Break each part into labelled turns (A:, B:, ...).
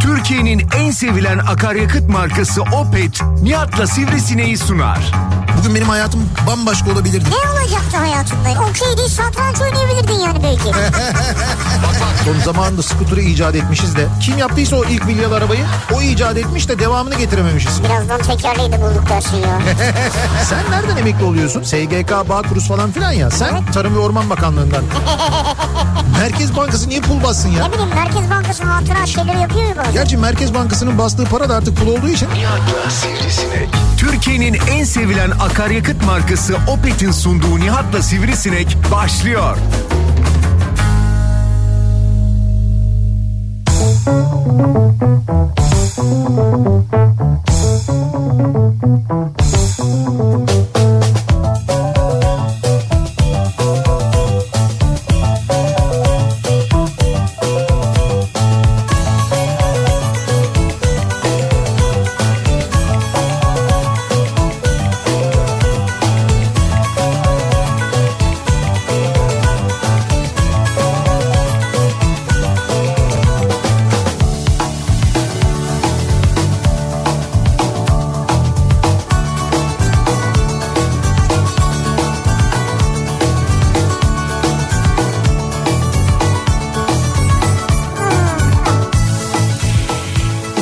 A: Türkiye'nin en sevilen akaryakıt markası Opet, Nihat'la Sivrisineği sunar.
B: Bugün benim hayatım bambaşka olabilirdi.
C: Ne olacaktı hayatında? Okey değil satranç oynayabilirdin yani belki.
B: Son zamanında skuturu icat etmişiz de. Kim yaptıysa o ilk milyar arabayı o icat etmiş de devamını getirememişiz.
C: Birazdan tekerleği de bulduk dersin ya.
B: Sen nereden emekli oluyorsun? SGK, Bağkuruz falan filan ya. Sen Tarım ve Orman Bakanlığından. Merkez Bankası niye pul bassın ya?
C: ne bileyim Merkez Bankası'nın hatıra şeyleri yapıyor ya bazen.
B: Gerçi Merkez Bankası'nın bastığı para da artık pul olduğu için
A: Nihat'la Sivrisinek. Türkiye'nin en sevilen akaryakıt markası Opet'in sunduğu Nihat'la Sivrisinek başlıyor.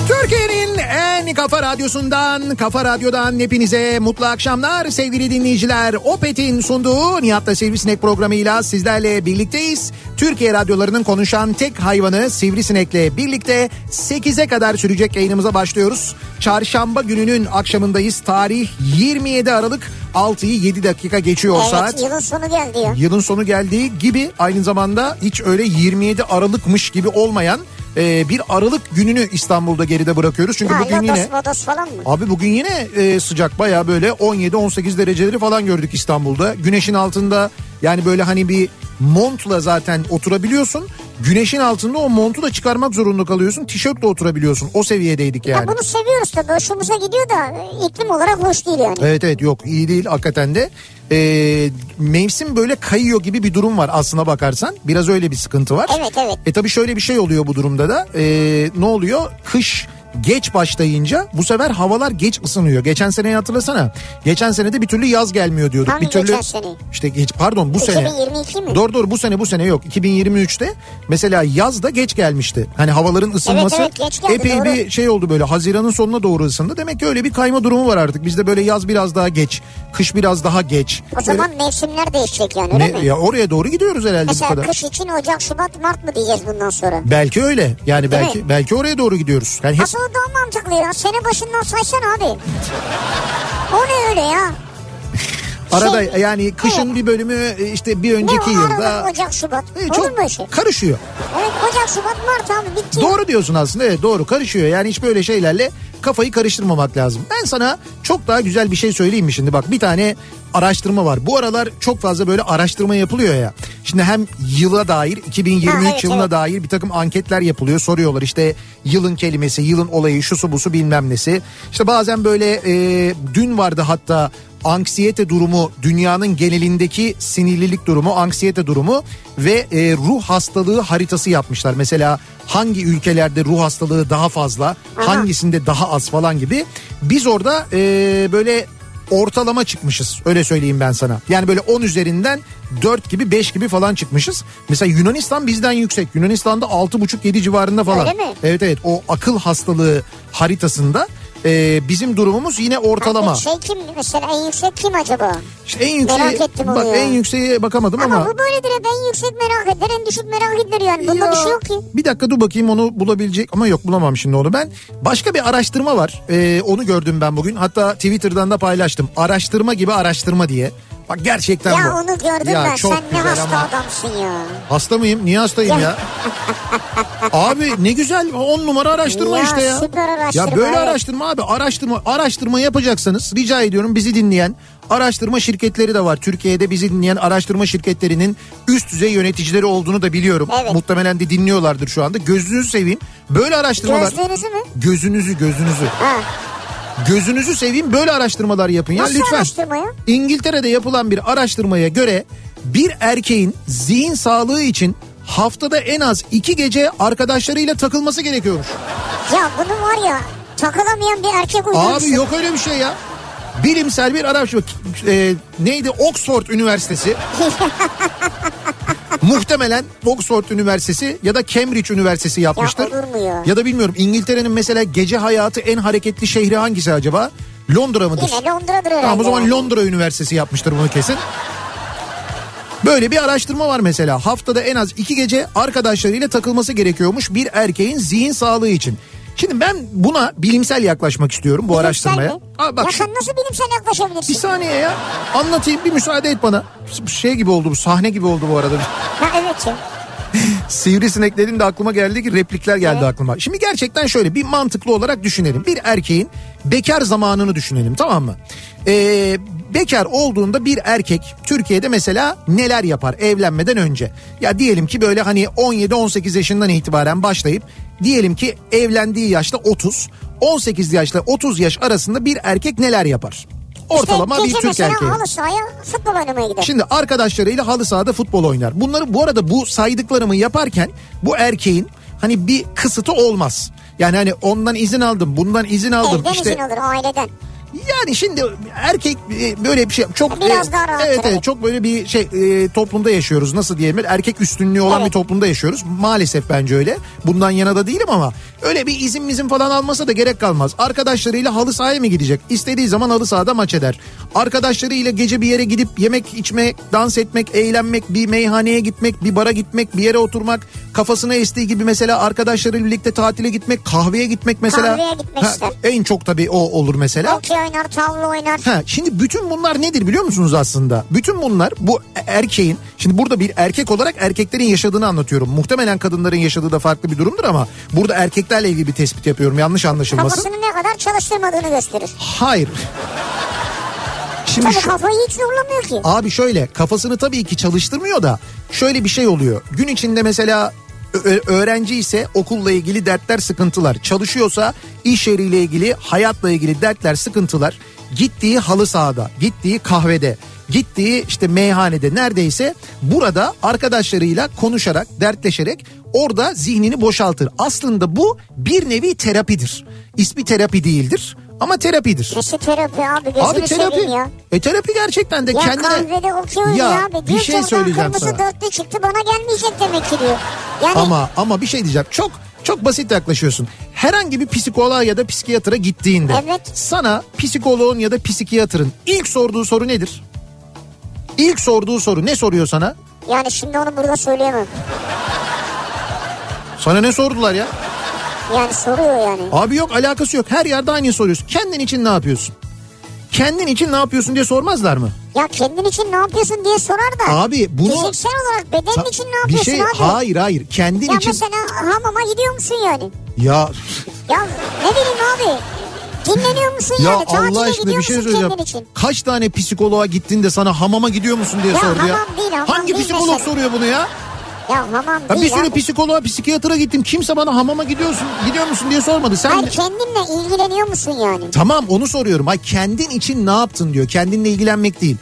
B: Türkiye'nin en kafa radyosundan, kafa radyodan hepinize mutlu akşamlar sevgili dinleyiciler. Opet'in sunduğu Nihat'la Sivrisinek programıyla sizlerle birlikteyiz. Türkiye radyolarının konuşan tek hayvanı Sivrisinek'le birlikte 8'e kadar sürecek yayınımıza başlıyoruz. Çarşamba gününün akşamındayız. Tarih 27 Aralık 6'yı 7 dakika geçiyor
C: Evet
B: saat.
C: yılın sonu geldi ya.
B: Yılın sonu geldiği gibi aynı zamanda hiç öyle 27 Aralık'mış gibi olmayan e, bir Aralık gününü İstanbul'da geride bırakıyoruz. Çünkü
C: Ha,
B: bugün
C: Lodos
B: yine
C: Modos falan mı?
B: abi bugün yine e, sıcak baya böyle 17-18 dereceleri falan gördük İstanbul'da. Güneşin altında yani böyle hani bir montla zaten oturabiliyorsun. Güneşin altında o montu da çıkarmak zorunda kalıyorsun. Tişörtle oturabiliyorsun. O seviyedeydik yani.
C: Ya bunu seviyoruz tabii hoşumuza gidiyor da e, iklim olarak hoş değil yani.
B: Evet evet yok iyi değil hakikaten de. Ee, mevsim böyle kayıyor gibi bir durum var aslına bakarsan. Biraz öyle bir sıkıntı var.
C: Evet, evet.
B: E tabii şöyle bir şey oluyor bu durumda da. Ee, ne oluyor? Kış geç başlayınca bu sefer havalar geç ısınıyor. Geçen seneyi hatırlasana. Geçen sene de bir türlü yaz gelmiyor diyorduk.
C: Hangi
B: bir türlü
C: geçen sene?
B: İşte geç pardon bu sene.
C: 2022 mi?
B: Doğru doğru bu sene bu sene yok. 2023'te mesela yaz da geç gelmişti. Hani havaların ısınması
C: evet, geç geldi,
B: epey
C: doğru.
B: bir şey oldu böyle Haziran'ın sonuna doğru ısındı. Demek ki öyle bir kayma durumu var artık. Bizde böyle yaz biraz daha geç, kış biraz daha geç.
C: O zaman mevsimler değişecek yani
B: Böyle-
C: öyle mi?
B: ya oraya doğru gidiyoruz herhalde bu
C: Mesela
B: kadar.
C: kış için Ocak, Şubat, Mart mı diyeceğiz bundan sonra?
B: Belki öyle. Yani
C: Değil
B: belki
C: mi?
B: belki oraya doğru gidiyoruz. Yani hep-
C: Aslında daha mantıklı ya. Sene başından saysana abi. O ne öyle ya?
B: arada
C: şey-
B: yani kışın
C: Evet.
B: bir bölümü e, işte bir
C: Ne
B: önceki
C: o
B: yılda
C: Aralık, Ocak, Şubat?
B: E,
C: Olur mu öyle şey?
B: karışıyor.
C: Evet Ocak, Şubat, Mart abi bitti.
B: Doğru diyorsun aslında evet doğru karışıyor. Yani hiç böyle şeylerle kafayı karıştırmamak lazım. Ben sana çok daha güzel bir şey söyleyeyim mi şimdi bak bir tane araştırma var. Bu aralar çok fazla böyle araştırma yapılıyor ya. Şimdi hem yıla dair 2023
C: Ha, evet,
B: yılına
C: evet.
B: dair bir takım anketler yapılıyor. Soruyorlar işte yılın kelimesi, yılın olayı, şusu busu bilmem nesi. İşte bazen böyle e, dün vardı hatta anksiyete durumu, dünyanın genelindeki sinirlilik durumu, anksiyete durumu ve e, ruh hastalığı haritası yapmışlar. Mesela hangi ülkelerde ruh hastalığı daha fazla, hangisinde daha az falan gibi. Biz orada e, böyle ortalama çıkmışız öyle söyleyeyim ben sana. Yani böyle 10 üzerinden 4 gibi 5 gibi falan çıkmışız. Mesela Yunanistan bizden yüksek. Yunanistan'da 6,5-7 civarında falan.
C: Öyle mi?
B: Evet evet o akıl hastalığı haritasında e, bizim durumumuz yine ortalama.
C: Abi Şey kim mesela en yüksek kim acaba?
B: İşte en yükseğe,
C: Merak ettim onu
B: bak,
C: ya.
B: en yükseğe bakamadım ama...
C: Ama, bu böyledir hep en yüksek merak eder en düşük merak eder yani. Bunda
B: Ya,
C: bir şey yok ki.
B: Bir dakika dur bakayım onu bulabilecek ama yok bulamam şimdi onu ben. Başka bir araştırma var. Ee, onu gördüm ben bugün. Hatta Twitter'dan da paylaştım. Araştırma gibi araştırma diye. Bak gerçekten bu.
C: ya onu gördüm
B: Ya
C: ben.
B: çok
C: Sen ne
B: güzel
C: hasta
B: ama.
C: adamsın ya.
B: Hasta mıyım? Niye hastayım ya? abi ne güzel on numara araştırma
C: Ya,
B: işte ya.
C: süper araştırma,
B: Ya böyle
C: evet.
B: araştırma abi araştırma araştırma yapacaksanız rica ediyorum bizi dinleyen araştırma şirketleri de var. Türkiye'de bizi dinleyen araştırma şirketlerinin üst düzey yöneticileri olduğunu da biliyorum.
C: Evet.
B: Muhtemelen de dinliyorlardır şu anda. Gözünüzü seveyim. Böyle araştırmalar.
C: Gözlerinizi mi?
B: Gözünüzü gözünüzü.
C: Ha.
B: Gözünüzü seveyim böyle araştırmalar yapın ya
C: Nasıl
B: lütfen.
C: araştırma ya?
B: İngiltere'de yapılan bir araştırmaya göre bir erkeğin zihin sağlığı için haftada en az iki gece arkadaşlarıyla takılması gerekiyormuş.
C: Ya bunu var ya takılamayan bir erkek uydurmuş.
B: Abi yok öyle bir şey ya. Bilimsel bir araştırma. E, neydi? Oxford Üniversitesi. Muhtemelen Oxford Üniversitesi ya da Cambridge Üniversitesi yapmıştır.
C: Ya olur mu ya?
B: da bilmiyorum İngiltere'nin mesela gece hayatı en hareketli şehri hangisi acaba? Londra mıdır?
C: Yine Londra'dır herhalde.
B: Tamam o zaman
C: yani.
B: Londra Üniversitesi yapmıştır bunu kesin. Böyle bir araştırma var mesela. Haftada en az iki gece arkadaşlarıyla takılması gerekiyormuş bir erkeğin zihin sağlığı için. Şimdi ben buna bilimsel yaklaşmak istiyorum bu araştırmaya.
C: Bilimsel mi?
B: Abi bak
C: ya
B: şu-
C: sen nasıl bilimsel yaklaşabilirsin?
B: bir saniye ya anlatayım bir müsaade et bana. Şey gibi oldu bu sahne gibi oldu bu arada.
C: Ha evet ya.
B: Sivrisineklerin de aklıma geldi ki replikler geldi aklıma. Şimdi gerçekten şöyle bir mantıklı olarak düşünelim. Bir erkeğin bekar zamanını düşünelim tamam mı? Ee, bekar olduğunda bir erkek Türkiye'de mesela neler yapar evlenmeden önce? Ya diyelim ki böyle hani 17-18 yaşından itibaren başlayıp diyelim ki evlendiği yaşta 30, 18 yaşla 30 yaş arasında bir erkek neler yapar? Ortalama
C: işte
B: bir
C: gece
B: Türk
C: mesela
B: erkeği.
C: halı sahaya futbol oynamaya gider.
B: Şimdi arkadaşlarıyla halı sahada futbol oynar. Bunları bu arada bu saydıklarımı yaparken bu erkeğin hani bir kısıtı olmaz. Yani hani ondan izin aldım, bundan izin aldım.
C: Evden
B: işte
C: izin olur aileden.
B: yani şimdi erkek e, böyle bir şey çok
C: Biraz
B: e,
C: daha rahat,
B: Evet, evet
C: evet.
B: çok böyle bir şey e, toplumda yaşıyoruz. Nasıl diyelim? Erkek üstünlüğü olan
C: Evet.
B: bir toplumda yaşıyoruz. Maalesef bence öyle. Bundan yana da değilim ama öyle bir izin izin falan almasa da gerek kalmaz. Arkadaşlarıyla halı sahaya mı gidecek? İstediği zaman halı sahada maç eder. Arkadaşlarıyla gece bir yere gidip yemek içmek, dans etmek, eğlenmek, bir meyhaneye gitmek, bir bara gitmek, bir yere oturmak, kafasına estiği gibi mesela arkadaşlarıyla birlikte tatile gitmek, kahveye gitmek mesela.
C: Kahveye gitmek ister.
B: en çok tabii o olur mesela.
C: Okey oynar, tavla oynar.
B: Ha, şimdi bütün bunlar nedir biliyor musunuz aslında? Bütün bunlar bu erkeğin şimdi burada bir erkek olarak erkeklerin yaşadığını anlatıyorum. Muhtemelen kadınların yaşadığı da farklı bir durumdur ama burada erkeklerle ilgili bir tespit yapıyorum yanlış anlaşılmasın.
C: Kafasını ne kadar çalıştırmadığını gösterir.
B: Hayır. Şimdi
C: Tabii
B: şu,
C: kafayı hiç zorlamıyor ki.
B: Abi şöyle kafasını tabii ki çalıştırmıyor da şöyle bir şey oluyor. Gün içinde mesela ö- öğrenci ise okulla ilgili dertler sıkıntılar. Çalışıyorsa iş yeriyle ilgili hayatla ilgili dertler sıkıntılar. Gittiği halı sahada, gittiği kahvede, gittiği işte meyhanede neredeyse burada arkadaşlarıyla konuşarak, dertleşerek orada zihnini boşaltır. Aslında bu bir nevi terapidir. İsmi terapi değildir ama terapidir.
C: Nasıl E terapi abi gözünü
B: Abi terapi.
C: seveyim şey ya.
B: E terapi gerçekten de
C: Ya
B: kendine...
C: kahvede okuyor ya, abi. Diyor
B: bir
C: ki
B: şey
C: oradan
B: söyleyeceğim
C: kırmızı
B: sana.
C: dörtlü çıktı bana gelmeyecek demek ki diyor. Yani
B: Ama ama bir şey diyeceğim. Çok çok basit yaklaşıyorsun. Herhangi bir psikoloğa ya da psikiyatra gittiğinde
C: Evet.
B: sana psikoloğun ya da psikiyatrın ilk sorduğu soru nedir? İlk sorduğu soru ne soruyor sana?
C: yani şimdi onu burada söyleyemem.
B: Sana ne sordular ya?
C: Yani soruyor yani.
B: Abi yok alakası yok. Her yerde aynı soruyorsun. Kendin için ne yapıyorsun? Kendin için ne yapıyorsun diye sormazlar mı?
C: Ya kendin için ne yapıyorsun diye sorar da.
B: Abi bunu-
C: Fiziksel olarak bedenin için ne yapıyorsun
B: bir şey,
C: abi?
B: Hayır hayır. Kendin
C: Ya
B: için...
C: mesela hamama gidiyor musun yani?
B: Ya
C: Ya ne bileyim abi. Dinleniyor musun
B: Ya
C: yani? Tatile
B: Allah aşkına
C: gidiyor
B: bir şey
C: musun
B: söyleyeceğim.
C: kendin için?
B: Kaç tane psikoloğa gittin de sana hamama gidiyor musun diye
C: Ya
B: sordu ya.
C: hamam değil, hamam
B: Hangi
C: değil
B: psikolog
C: mesela.
B: soruyor bunu ya?
C: Ya hamam
B: Ya bir
C: değil
B: sürü
C: abi.
B: psikoloğa, psikiyatra gittim. Kimse bana hamama gidiyorsun, gidiyor musun diye sormadı. Sen
C: Hayır kendinle ilgileniyor musun yani?
B: Tamam onu soruyorum. Ay kendin için ne yaptın diyor. Kendinle ilgilenmek değil.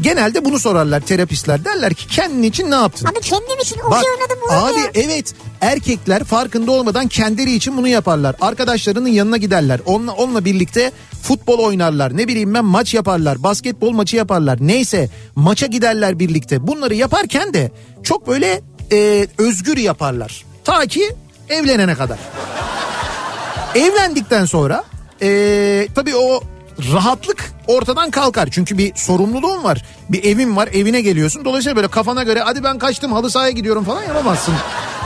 B: Genelde bunu sorarlar terapistler. Derler ki kendin için ne yaptın?
C: Abi kendim için okey
B: Bak,
C: oynadım olur mu
B: abi e-
C: ya?
B: evet erkekler farkında olmadan kendileri için bunu yaparlar. Arkadaşlarının yanına giderler. Onunla, onunla birlikte futbol oynarlar. Ne bileyim ben maç yaparlar. Basketbol maçı yaparlar. Neyse maça giderler birlikte. Bunları yaparken de çok böyle e, özgür yaparlar. Ta ki evlenene kadar. Evlendikten sonra e, tabii o rahatlık ortadan kalkar. Çünkü bir sorumluluğun var. Bir evin var evine geliyorsun. Dolayısıyla böyle kafana göre hadi ben kaçtım halı sahaya gidiyorum falan yapamazsın.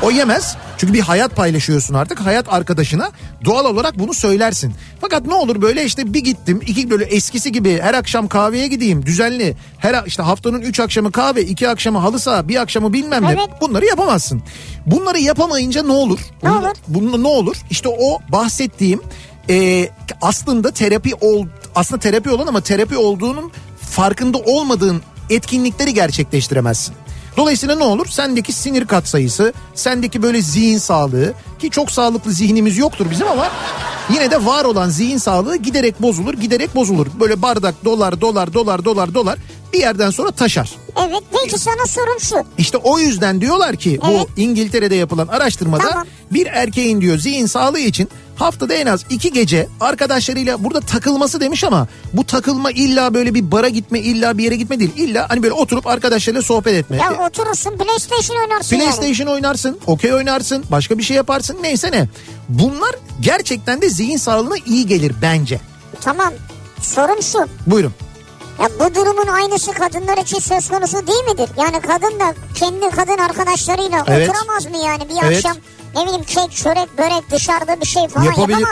B: O yemez. Çünkü bir hayat paylaşıyorsun artık. Hayat arkadaşına doğal olarak bunu söylersin. Fakat ne olur böyle işte bir gittim iki böyle eskisi gibi her akşam kahveye gideyim düzenli. Her işte haftanın üç akşamı kahve iki akşamı halı saha bir akşamı bilmem ne.
C: Evet.
B: Bunları yapamazsın. Bunları yapamayınca ne olur?
C: Ne
B: Bunda-
C: olur?
B: Bunda ne olur? İşte o bahsettiğim e, aslında terapi ol aslında terapi olan ama terapi olduğunun farkında olmadığın etkinlikleri gerçekleştiremezsin. Dolayısıyla ne olur? Sendeki sinir katsayısı, sendeki böyle zihin sağlığı ki çok sağlıklı zihnimiz yoktur bizim ama yine de var olan zihin sağlığı giderek bozulur, giderek bozulur. Böyle bardak dolar, dolar, dolar, dolar, dolar bir yerden sonra taşar.
C: Evet peki sana sorum şu.
B: İşte o yüzden diyorlar ki
C: Evet.
B: bu İngiltere'de yapılan araştırmada
C: Tamam.
B: Bir erkeğin diyor zihin sağlığı için haftada en az iki gece arkadaşlarıyla burada takılması demiş ama bu takılma illa böyle bir bara gitme illa bir yere gitme değil. İlla hani böyle oturup arkadaşlarıyla sohbet etme. E,
C: Ya oturursun PlayStation oynarsın yani.
B: PlayStation oynarsın, okey oynarsın, başka bir şey yaparsın neyse ne. Bunlar gerçekten de zihin sağlığına iyi gelir bence.
C: Tamam. Sorun şu.
B: Buyurun.
C: Ya bu durumun aynısı kadınlar için söz konusu değil midir? Yani kadın da kendi kadın arkadaşlarıyla
B: Evet.
C: oturamaz mı yani bir
B: Evet.
C: akşam ne bileyim kek, çörek, börek dışarıda bir şey falan yapamaz mı?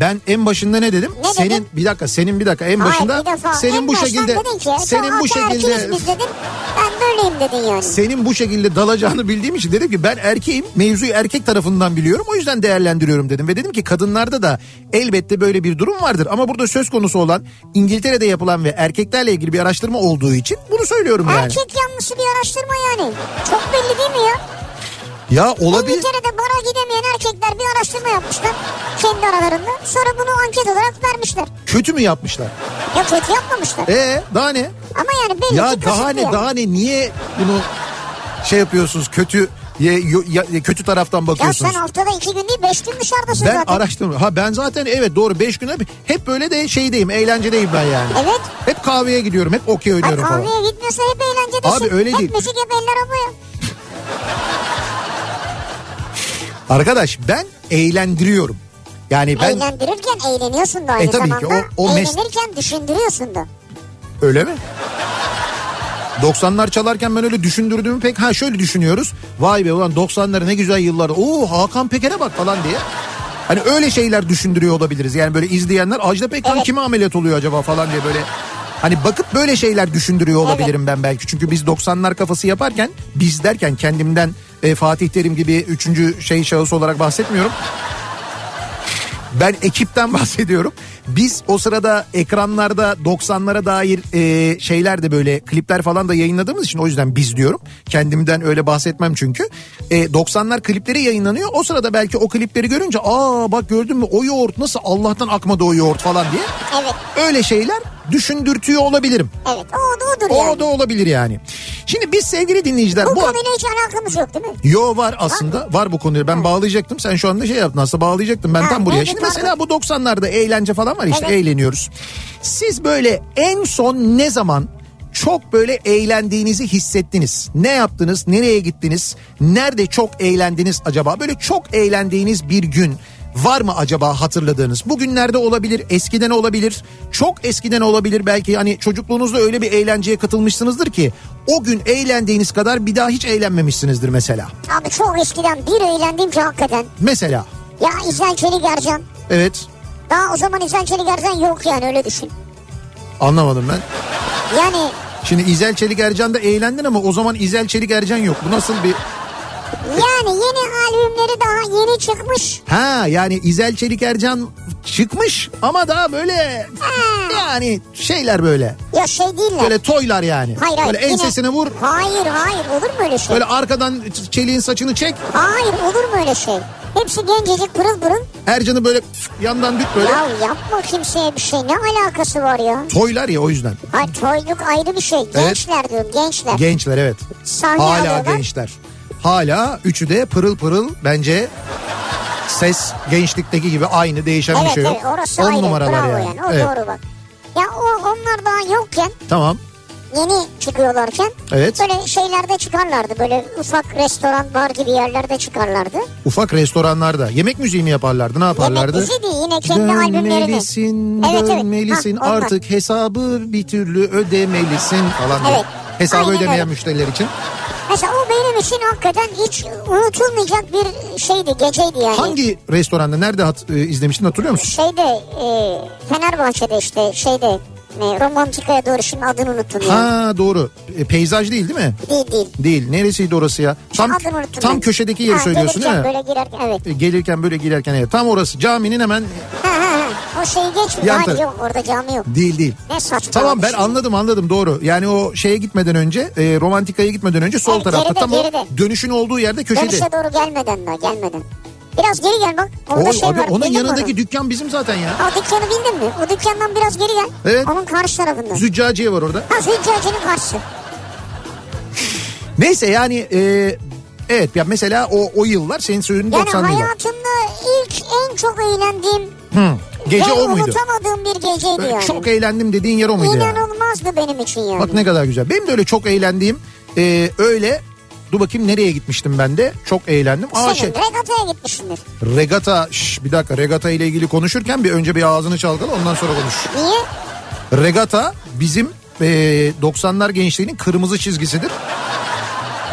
B: Ben en başında ne dedim?
C: Ne
B: senin
C: dedin?
B: bir dakika, senin bir dakika en
C: Hayır,
B: başında
C: bir defa.
B: senin
C: En
B: bu
C: baştan
B: şekilde
C: dedin ki, "E,
B: senin bu şekilde
C: Biz dedin, ben böyleyim dedin yani.
B: senin bu şekilde dalacağını bildiğim için dedim ki ben erkeğim mevzuyu erkek tarafından biliyorum o yüzden değerlendiriyorum dedim ve dedim ki kadınlarda da elbette böyle bir durum vardır ama burada söz konusu olan İngiltere'de yapılan ve erkeklerle ilgili bir araştırma olduğu için bunu söylüyorum yani.
C: Erkek yanlısı bir araştırma yani. Çok belli değil mi ya?
B: Ya olabilir.
C: İngiltere'de bara gidemeyen erkekler bir araştırma yapmışlar kendi aralarında. Sonra bunu anket olarak vermişler.
B: Kötü mü yapmışlar?
C: Ya kötü yapmamışlar.
B: E daha ne?
C: Ama yani belli
B: Ya
C: ki
B: daha
C: kasıtlı
B: ne
C: yani.
B: daha ne niye bunu şey yapıyorsunuz kötü ye- yo- ya- kötü taraftan
C: Ya
B: bakıyorsunuz.
C: sen haftada iki gün değil beş gün dışarıdasın
B: ben
C: zaten.
B: araştırmıyorum. Ha ben zaten evet doğru 5 güne bir- hep böyle de şeydeyim eğlencedeyim ben yani.
C: Evet.
B: Hep kahveye gidiyorum hep okey
C: Ay
B: oynuyorum falan.
C: kahveye gitmiyorsa hep eğlencedesin.
B: Abi öyle
C: hep
B: değil.
C: müzik hep eller havaya.
B: Arkadaş ben eğlendiriyorum. Yani ben
C: Eğlendirirken eğleniyorsun da aynı
B: E, tabii ki,
C: zamanda.
B: o- o mes-
C: Eğlenirken düşündürüyorsun da.
B: öyle mi? 90'lar çalarken ben öyle düşündürdüğümü pek ha şöyle düşünüyoruz. Vay be ulan 90'lar ne güzel yıllardı. Oo Hakan Peker'e bak falan diye. Hani öyle şeyler düşündürüyor olabiliriz. Yani böyle izleyenler Ajda Pekkan
C: Evet.
B: kime ameliyat oluyor acaba falan diye böyle. Hani bakıp böyle şeyler düşündürüyor olabilirim ben belki. Çünkü biz 90'lar kafası yaparken biz derken kendimden e, Fatih Terim gibi üçüncü şey şahıs olarak bahsetmiyorum. Ben ekipten bahsediyorum. Biz o sırada ekranlarda 90'lara dair e, şeyler de böyle klipler falan da yayınladığımız için o yüzden biz diyorum. Kendimden öyle bahsetmem çünkü. E, 90'lar klipleri yayınlanıyor. O sırada belki o klipleri görünce aa bak gördün mü o yoğurt nasıl Allah'tan akmadı o yoğurt falan diye.
C: Evet.
B: Öyle şeyler düşündürtüyor olabilirim.
C: Evet. O da odur yani.
B: O da olabilir yani. Şimdi biz sevgili dinleyiciler
C: Bu
B: bu
C: konuyla hiç alakamız yok değil mi?
B: Yo var aslında. Var bu konuyu. Ben bağlayacaktım. Sen şu anda şey yaptın. Aslında bağlayacaktım. Ben
C: Ha,
B: tam buraya.
C: evet,
B: Şimdi
C: var.
B: mesela bu 90'larda eğlence falan var işte
C: Evet.
B: eğleniyoruz. Siz böyle en son ne zaman çok böyle eğlendiğinizi hissettiniz? Ne yaptınız? Nereye gittiniz? Nerede çok eğlendiniz acaba? Böyle çok eğlendiğiniz bir gün var mı acaba hatırladığınız? Bugünlerde olabilir, eskiden olabilir, çok eskiden olabilir. Belki hani çocukluğunuzda öyle bir eğlenceye katılmışsınızdır ki o gün eğlendiğiniz kadar bir daha hiç eğlenmemişsinizdir mesela.
C: Abi çok eskiden bir eğlendim ki hakikaten.
B: Mesela
C: Ya İzlen Çelik Ercan.
B: evet
C: Daha o zaman İzlen Çelik Ercan yok yani öyle düşün.
B: anlamadım ben.
C: Yani
B: Şimdi İzel Çelik Ercan'da eğlendin ama o zaman İzel Çelik Ercan yok. Bu nasıl bir...
C: yani yeni albümleri daha yeni çıkmış.
B: Ha yani İzel Çelik Ercan çıkmış ama daha böyle yani şeyler böyle.
C: Ya şey değiller.
B: Böyle toylar yani.
C: hayır hayır.
B: böyle
C: yine-
B: ensesine vur.
C: Hayır hayır olur mu öyle şey?
B: Böyle arkadan çeliğin saçını çek.
C: Hayır olur mu öyle şey? Hepsi gencecik pırıl pırıl.
B: Ercan'ı böyle yandan dük böyle.
C: Ya yapma kimseye bir şey ne alakası var ya?
B: Toylar ya o yüzden.
C: Hayır toyluk ayrı bir şey. Gençler diyorum gençler.
B: Gençler evet.
C: Sahne
B: Hala
C: alıyorlar.
B: gençler. Hala üçü de pırıl pırıl bence ses gençlikteki gibi aynı değişen bir
C: evet
B: şey yok.
C: evet orası
B: On
C: ayrı.
B: numaralar
C: Bravo yani.
B: yani.
C: O
B: Evet,
C: doğru bak. Ya o, onlar daha yokken
B: Tamam.
C: yeni çıkıyorlarken
B: Evet.
C: böyle şeylerde çıkarlardı. Böyle ufak restoran bar gibi yerlerde çıkarlardı.
B: Ufak restoranlarda yemek müziği mi yaparlardı? Ne
C: Yemek
B: yaparlardı?
C: bizi değil yine kendi albümlerini.
B: Dönmelisin,
C: Evet, evet.
B: dönmelisin
C: Ha, onlar.
B: artık hesabı bir türlü ödemelisin falan diye.
C: Evet,
B: Hesabı
C: aynen
B: ödemeyen
C: öyle.
B: müşteriler için.
C: Mesela o benim için hakikaten hiç unutulmayacak bir şeydi geceydi yani.
B: Hangi restoranda nerede hat- e, izlemiştin hatırlıyor musun?
C: Şeyde e, Fenerbahçe'de işte şeyde e, Romantika'ya doğru şimdi adını unuttum ya.
B: Ha doğru. E, peyzaj değil değil mi?
C: Değil değil.
B: Değil. Neresiydi orası ya? Tam
C: Adını unuttum
B: tam
C: ben.
B: köşedeki yeri
C: Ha,
B: söylüyorsun değil
C: gelirken
B: mi?
C: Böyle girerken evet.
B: E, Gelirken böyle girerken evet. Tam orası. Caminin hemen
C: Ha ha ha. O şeyi geçmiyor.
B: Yan
C: Hayır
B: taraf.
C: yok orada cami yok.
B: değil değil.
C: Ne saçma.
B: Tamam ben
C: şey.
B: anladım anladım doğru. Yani o şeye gitmeden önce, e, romantikaya gitmeden önce sol
C: Evet,
B: tarafta
C: geride,
B: tam o
C: geride.
B: dönüşün olduğu yerde köşede.
C: Dönüşe doğru gelmeden daha gelmeden. Biraz geri gel bak. Orada
B: O,
C: şey
B: abi,
C: var.
B: onun
C: bildin mi
B: yanındaki
C: onu?
B: dükkan bizim zaten ya.
C: O dükkanı bildin mi? O dükkandan biraz geri gel.
B: Evet.
C: Onun karşı tarafında.
B: Züccaciye var orada.
C: Ha Züccacı'nın karşısı.
B: Neyse yani e, Evet ya mesela o o yıllar senin söylediğin
C: Yani
B: 90'lı yıllar.
C: hayatımda ilk en çok eğlendiğim
B: Hı. Gece
C: ve
B: o muydu?
C: unutamadığım bir geceydi yani.
B: Çok eğlendim dediğin yer o muydu? yani?
C: İnanılmazdı benim için yani.
B: Bak ne kadar güzel. Benim de öyle çok eğlendiğim e, öyle dur bakayım nereye gitmiştim ben de çok eğlendim. Aa
C: Senin
B: şey
C: regataya gitmişsindir.
B: regata şş, bir dakika regata ile ilgili konuşurken bir önce bir ağzını çalkala ondan sonra konuş.
C: Niye?
B: Regata bizim e, 90'lar gençliğinin kırmızı çizgisidir.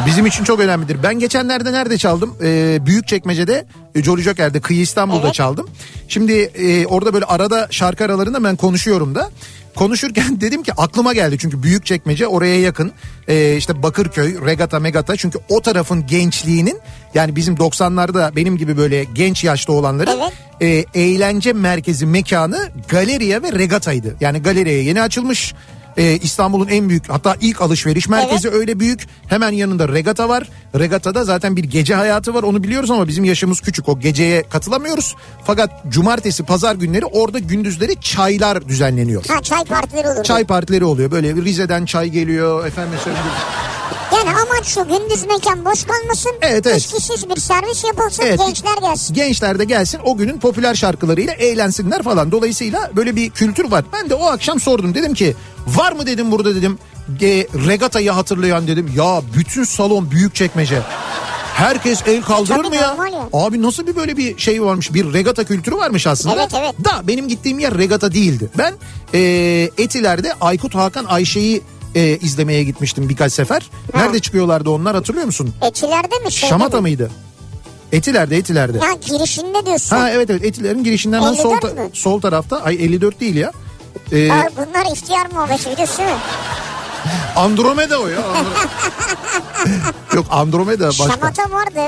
B: Bizim için çok önemlidir. Ben geçenlerde nerede çaldım? Ee, Büyükçekmece'de, e, Jolly Joker'de, Kıyı İstanbul'da
C: Evet.
B: çaldım. Şimdi e, orada böyle arada şarkı aralarında ben konuşuyorum da. Konuşurken dedim ki aklıma geldi çünkü Büyükçekmece oraya yakın. Ee, işte Bakırköy, Regata, Megata çünkü o tarafın gençliğinin yani bizim 90'larda benim gibi böyle genç yaşta olanların
C: Evet.
B: e, eğlence merkezi mekanı galeriya ve regataydı. Yani galeriye yeni açılmış e, İstanbul'un en büyük hatta ilk alışveriş merkezi öyle büyük. Hemen yanında regata var. Regatada zaten bir gece hayatı var onu biliyoruz ama bizim yaşımız küçük o geceye katılamıyoruz. Fakat cumartesi pazar günleri orada gündüzleri çaylar düzenleniyor.
C: Ha çay partileri olur.
B: Çay partileri oluyor böyle Rize'den çay geliyor efendim söyleyeyim.
C: Yani amaç şu gündüz mekan boş kalmasın.
B: Evet, evet.
C: İşkisiz bir servis yapılsın
B: Evet.
C: gençler gelsin.
B: gençler de gelsin o günün popüler şarkılarıyla eğlensinler falan. Dolayısıyla böyle bir kültür var. Ben de o akşam sordum dedim ki var mı dedim burada dedim e, regatayı hatırlayan dedim. Ya bütün salon büyük çekmece. Herkes el kaldırır
C: Tabii
B: mı ya?
C: normal ya.
B: Abi nasıl bir böyle bir şey varmış bir regata kültürü varmış aslında.
C: Evet, evet.
B: Da benim gittiğim yer regata değildi. Ben e, Etiler'de Aykut Hakan Ayşe'yi e, izlemeye gitmiştim birkaç sefer. Nerede çıkıyorlardı onlar hatırlıyor musun?
C: Etilerde mi? Şeyde
B: Şamata
C: mi?
B: mıydı? Etiler'de Etiler'de.
C: Ya girişinde diyorsun.
B: Ha evet evet Etiler'in girişinden hemen sol,
C: 54 mü?
B: sol tarafta. Ay 54 değil ya. Ee,
C: Aa, bunlar ihtiyar muhabbeti biliyorsun değil mi?
B: Andromeda o ya. Andromeda. Yok Andromeda başka. Şamata,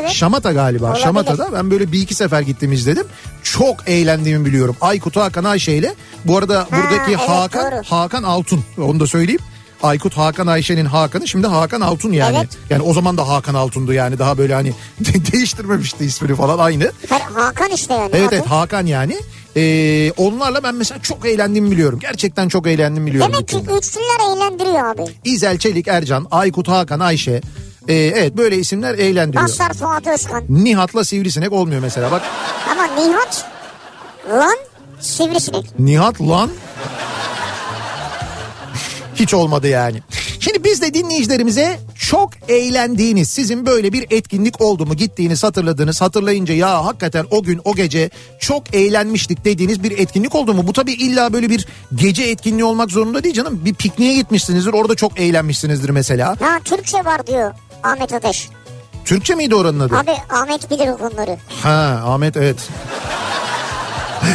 C: Şamata vardı evet.
B: galiba.
C: Olabilir.
B: Şamata'da ben böyle bir iki sefer gittim izledim. Çok eğlendiğimi biliyorum. Aykut Hakan Ayşe ile. Bu arada buradaki
C: evet,
B: Hakan
C: doğru.
B: Hakan Altun. Onu da söyleyeyim. Aykut Hakan Ayşe'nin Hakan'ı şimdi Hakan Altun yani.
C: Evet.
B: Yani o zaman da Hakan Altun'du yani daha böyle hani değiştirmemişti ismini falan aynı.
C: Hayır, Hakan işte yani.
B: Evet
C: adı.
B: evet Hakan yani. Ee, onlarla ben mesela çok eğlendiğimi biliyorum. Gerçekten çok eğlendiğimi biliyorum.
C: Demek ki
B: bütün gün.
C: üçlüler eğlendiriyor abi.
B: İzel Çelik, Ercan, Aykut, Hakan, Ayşe. Ee, evet böyle isimler eğlendiriyor.
C: Aslar Fuat Özkan.
B: Nihat'la Sivrisinek olmuyor mesela. Bak
C: Ama Nihat lan sivrisinek.
B: Nihat lan hiç olmadı yani. Şimdi biz de dinleyicilerimize çok eğlendiğiniz, sizin böyle bir etkinlik oldu mu gittiğiniz hatırladınız, hatırlayınca ya hakikaten o gün o gece çok eğlenmiştik dediğiniz bir etkinlik oldu mu? Bu tabii illa böyle bir gece etkinliği olmak zorunda değil canım. Bir pikniğe gitmişsinizdir, orada çok eğlenmişsinizdir mesela.
C: Ha Türkçe var diyor Ahmet Ateş.
B: Türkçe miydi oranın adı?
C: Abi Ahmet bilir bunları.
B: Ha Ahmet evet.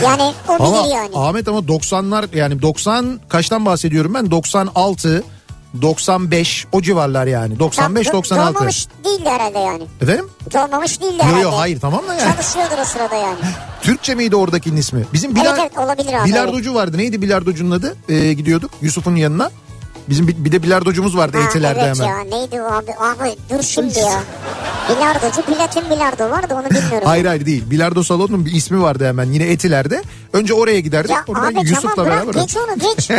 C: Yani o bilir
B: Ama
C: yani.
B: Ahmet ama 90'lar yani 90 kaçtan bahsediyorum ben? 96 95 o civarlar yani.
C: Tam
B: 95
C: do-
B: 96.
C: Doğmamış değildi herhalde yani.
B: Efendim?
C: Doğmamış değildi
B: Yo
C: herhalde.
B: yo hayır tamam da yani.
C: Çalışıyordur o sırada yani.
B: Türkçe miydi oradakinin ismi? Bizim
C: Evet,
B: bilar,
C: evet, olabilir abi,
B: bilardocu vardı. Neydi bilardocunun adı? Ee, gidiyorduk Yusuf'un yanına. Bizim bir, bir de bilardocumuz vardı
C: Ha,
B: etilerde
C: evet
B: hemen.
C: ya neydi o abi? Abi dur şimdi ya. Bilardocu platin bilardo var da onu bilmiyorum.
B: Hayır hayır değil. Bilardo salonunun bir ismi vardı hemen yine etilerde. Önce oraya giderdik.
C: Ya
B: Oradan
C: abi
B: Yusuf'la
C: tamam bırak
B: beraber.
C: geç onu geç.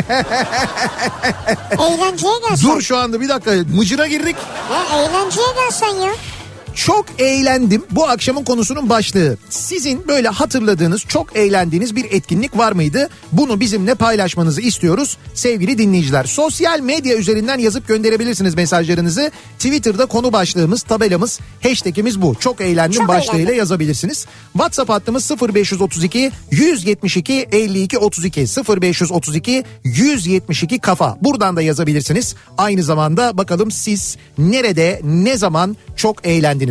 C: eğlenceye gelsen.
B: Dur şu anda bir dakika mıcıra girdik.
C: Ya eğlenceye gelsen ya.
B: Çok eğlendim. Bu akşamın konusunun başlığı. Sizin böyle hatırladığınız, çok eğlendiğiniz bir etkinlik var mıydı? Bunu bizimle paylaşmanızı istiyoruz sevgili dinleyiciler. Sosyal medya üzerinden yazıp gönderebilirsiniz mesajlarınızı. Twitter'da konu başlığımız, tabelamız, hashtagimiz bu. Çok eğlendim
C: Çok
B: başlığıyla
C: eğlendim.
B: yazabilirsiniz. WhatsApp hattımız 0532 172 52 32 0532 172 kafa. Buradan da yazabilirsiniz. Aynı zamanda bakalım siz nerede ne zaman çok eğlendiniz.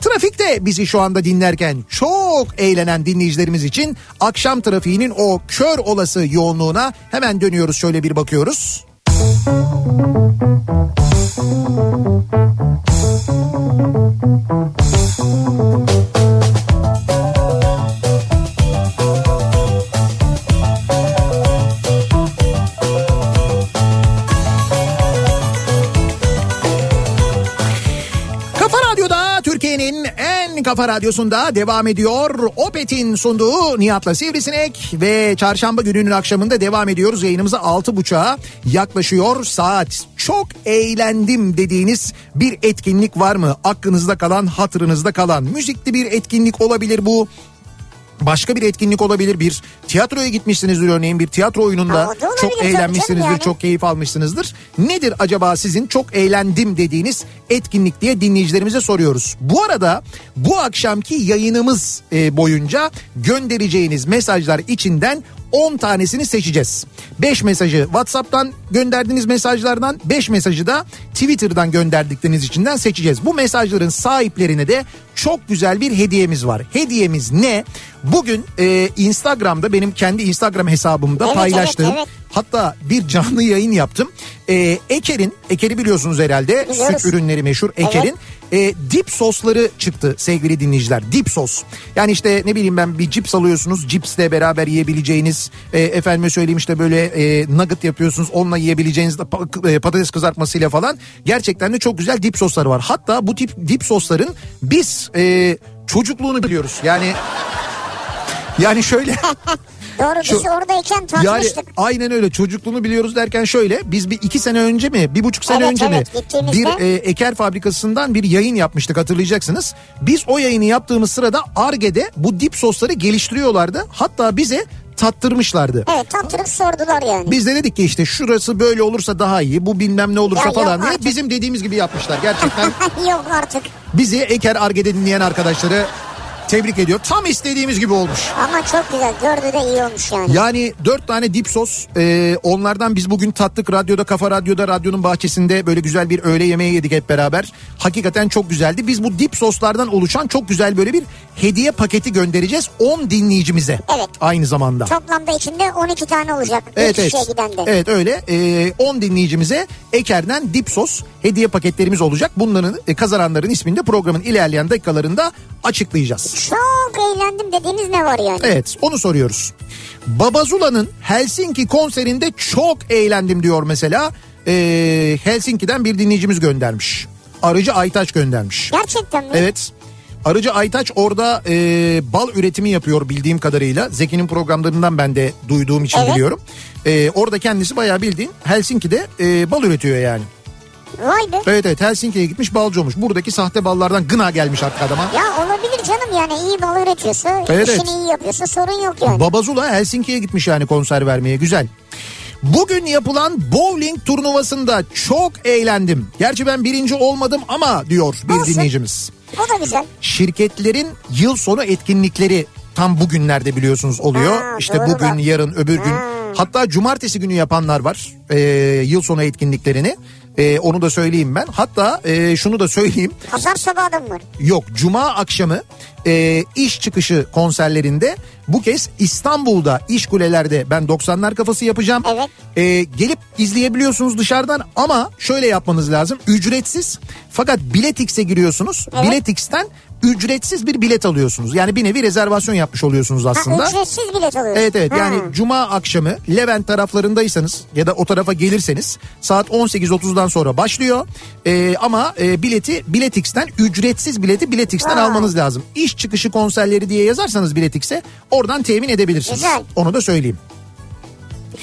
B: Trafikte bizi şu anda dinlerken çok eğlenen dinleyicilerimiz için akşam trafiğinin o kör olası yoğunluğuna hemen dönüyoruz şöyle bir bakıyoruz. Kafa Radyo'da Türkiye'nin en Türkiye'nin Kafa Radyosu'nda devam ediyor. Opet'in sunduğu Nihat'la Sivrisinek ve çarşamba gününün akşamında devam ediyoruz. Yayınımıza 6.30'a yaklaşıyor saat. Çok eğlendim dediğiniz bir etkinlik var mı? Aklınızda kalan, hatırınızda kalan. Müzikli bir etkinlik olabilir bu. Başka bir etkinlik olabilir. Bir tiyatroya gitmişsinizdir örneğin bir tiyatro oyununda
C: Ha, o da olabilir
B: çok
C: tabii
B: eğlenmişsinizdir,
C: canım yani.
B: çok keyif almışsınızdır. Nedir acaba sizin çok eğlendim dediğiniz etkinlik diye dinleyicilerimize soruyoruz. Bu arada bu akşamki yayınımız e, boyunca göndereceğiniz mesajlar içinden 10 tanesini seçeceğiz. 5 mesajı WhatsApp'tan gönderdiğiniz mesajlardan 5 mesajı da Twitter'dan gönderdikleriniz içinden seçeceğiz. Bu mesajların sahiplerine de çok güzel bir hediyemiz var. Hediyemiz ne? Bugün e, Instagram'da benim kendi Instagram hesabımda
C: Evet,
B: paylaştığım
C: evet, evet.
B: Hatta bir canlı yayın yaptım. Ee, Eker'in, Eker'i biliyorsunuz herhalde
C: Biliyoruz.
B: süt ürünleri meşhur Eker'in. e, dip sosları çıktı sevgili dinleyiciler. Dip sos. Yani işte ne bileyim ben bir cips alıyorsunuz. Cipsle beraber yiyebileceğiniz. E, efendime söyleyeyim işte böyle e, nugget yapıyorsunuz. Onunla yiyebileceğiniz de pa- e, patates kızartmasıyla falan. Gerçekten de çok güzel dip sosları var. Hatta bu tip dip sosların biz e, çocukluğunu biliyoruz. Yani yani şöyle
C: Doğru
B: Şu-
C: biz oradayken
B: yani
C: tatmıştık.
B: aynen öyle çocukluğunu biliyoruz derken şöyle biz bir iki sene önce mi bir buçuk sene
C: Evet,
B: önce
C: evet,
B: mi
C: gittiğimizde.
B: bir e, eker fabrikasından bir yayın yapmıştık hatırlayacaksınız. Biz o yayını yaptığımız sırada Arge'de bu dip sosları geliştiriyorlardı hatta bize tattırmışlardı.
C: Evet tattırıp sordular yani.
B: Biz de dedik ki işte şurası böyle olursa daha iyi bu bilmem ne olursa
C: Ya yok
B: falan diye
C: artık.
B: bizim dediğimiz gibi yapmışlar gerçekten.
C: Yok artık.
B: bizi Eker Arge'de dinleyen arkadaşları tebrik ediyor. Tam istediğimiz gibi olmuş.
C: Ama çok güzel. Dördü de iyi olmuş yani.
B: Yani dört tane dip sos e, onlardan biz bugün tattık radyoda kafa radyoda radyonun bahçesinde böyle güzel bir öğle yemeği yedik hep beraber. Hakikaten çok güzeldi. Biz bu dip soslardan oluşan çok güzel böyle bir hediye paketi göndereceğiz 10 dinleyicimize.
C: Evet.
B: Aynı zamanda.
C: Toplamda içinde 12 tane olacak.
B: Evet,
C: bir
B: evet.
C: kişiye giden de.
B: evet öyle E, 10 dinleyicimize Eker'den dip sos hediye paketlerimiz olacak. Bunların e, kazananların ismini de programın ilerleyen dakikalarında açıklayacağız.
C: Çok eğlendim dediğiniz ne var yani?
B: Evet onu soruyoruz. Babazula'nın Helsinki konserinde çok eğlendim diyor mesela. Ee, Helsinki'den bir dinleyicimiz göndermiş. Arıcı Aytaç göndermiş.
C: Gerçekten mi?
B: Evet. Arıcı Aytaç orada e, bal üretimi yapıyor bildiğim kadarıyla. Zeki'nin programlarından ben de duyduğum için
C: Evet.
B: biliyorum. E, orada kendisi bayağı bildiğin Helsinki'de e, bal üretiyor yani.
C: Vay be.
B: Evet evet Helsinki'ye gitmiş balcı olmuş. Buradaki sahte ballardan gına gelmiş artık adama.
C: Ya olabilir canım yani iyi bal üretiyorsa,
B: Evet,
C: işini
B: evet.
C: iyi yapıyorsa sorun yok yani.
B: Babazula Helsinki'ye gitmiş yani konser vermeye güzel. Bugün yapılan bowling turnuvasında çok eğlendim. Gerçi ben birinci olmadım ama diyor bir
C: Olsun.
B: dinleyicimiz.
C: o da güzel.
B: Şirketlerin yıl sonu etkinlikleri tam bugünlerde biliyorsunuz oluyor.
C: Ha,
B: işte
C: doğru Hmm.
B: bugün,
C: bak.
B: yarın, öbür gün. Hatta cumartesi günü yapanlar var ee, yıl sonu etkinliklerini. Ee, onu da söyleyeyim ben. Hatta ee, şunu da söyleyeyim.
C: Pazar sabahı da mı var?
B: Yok cuma akşamı e, iş çıkışı konserlerinde bu kez İstanbul'da iş kulelerde ben 90'lar kafası yapacağım.
C: Evet.
B: E, gelip izleyebiliyorsunuz dışarıdan ama şöyle yapmanız lazım ücretsiz fakat biletix'e giriyorsunuz.
C: Evet.
B: Biletix'ten ücretsiz bir bilet alıyorsunuz. Yani bir nevi rezervasyon yapmış oluyorsunuz aslında.
C: Ha, ücretsiz bilet alıyorsun.
B: Evet evet
C: Ha.
B: yani cuma akşamı Levent taraflarındaysanız ya da o tarafa gelirseniz saat 18.30'dan sonra başlıyor. Ee, ama e, bileti Biletix'ten ücretsiz bileti Biletix'ten
C: Vay.
B: almanız lazım. İş çıkışı konserleri diye yazarsanız Biletix'e oradan temin edebilirsiniz.
C: Güzel.
B: Onu da söyleyeyim.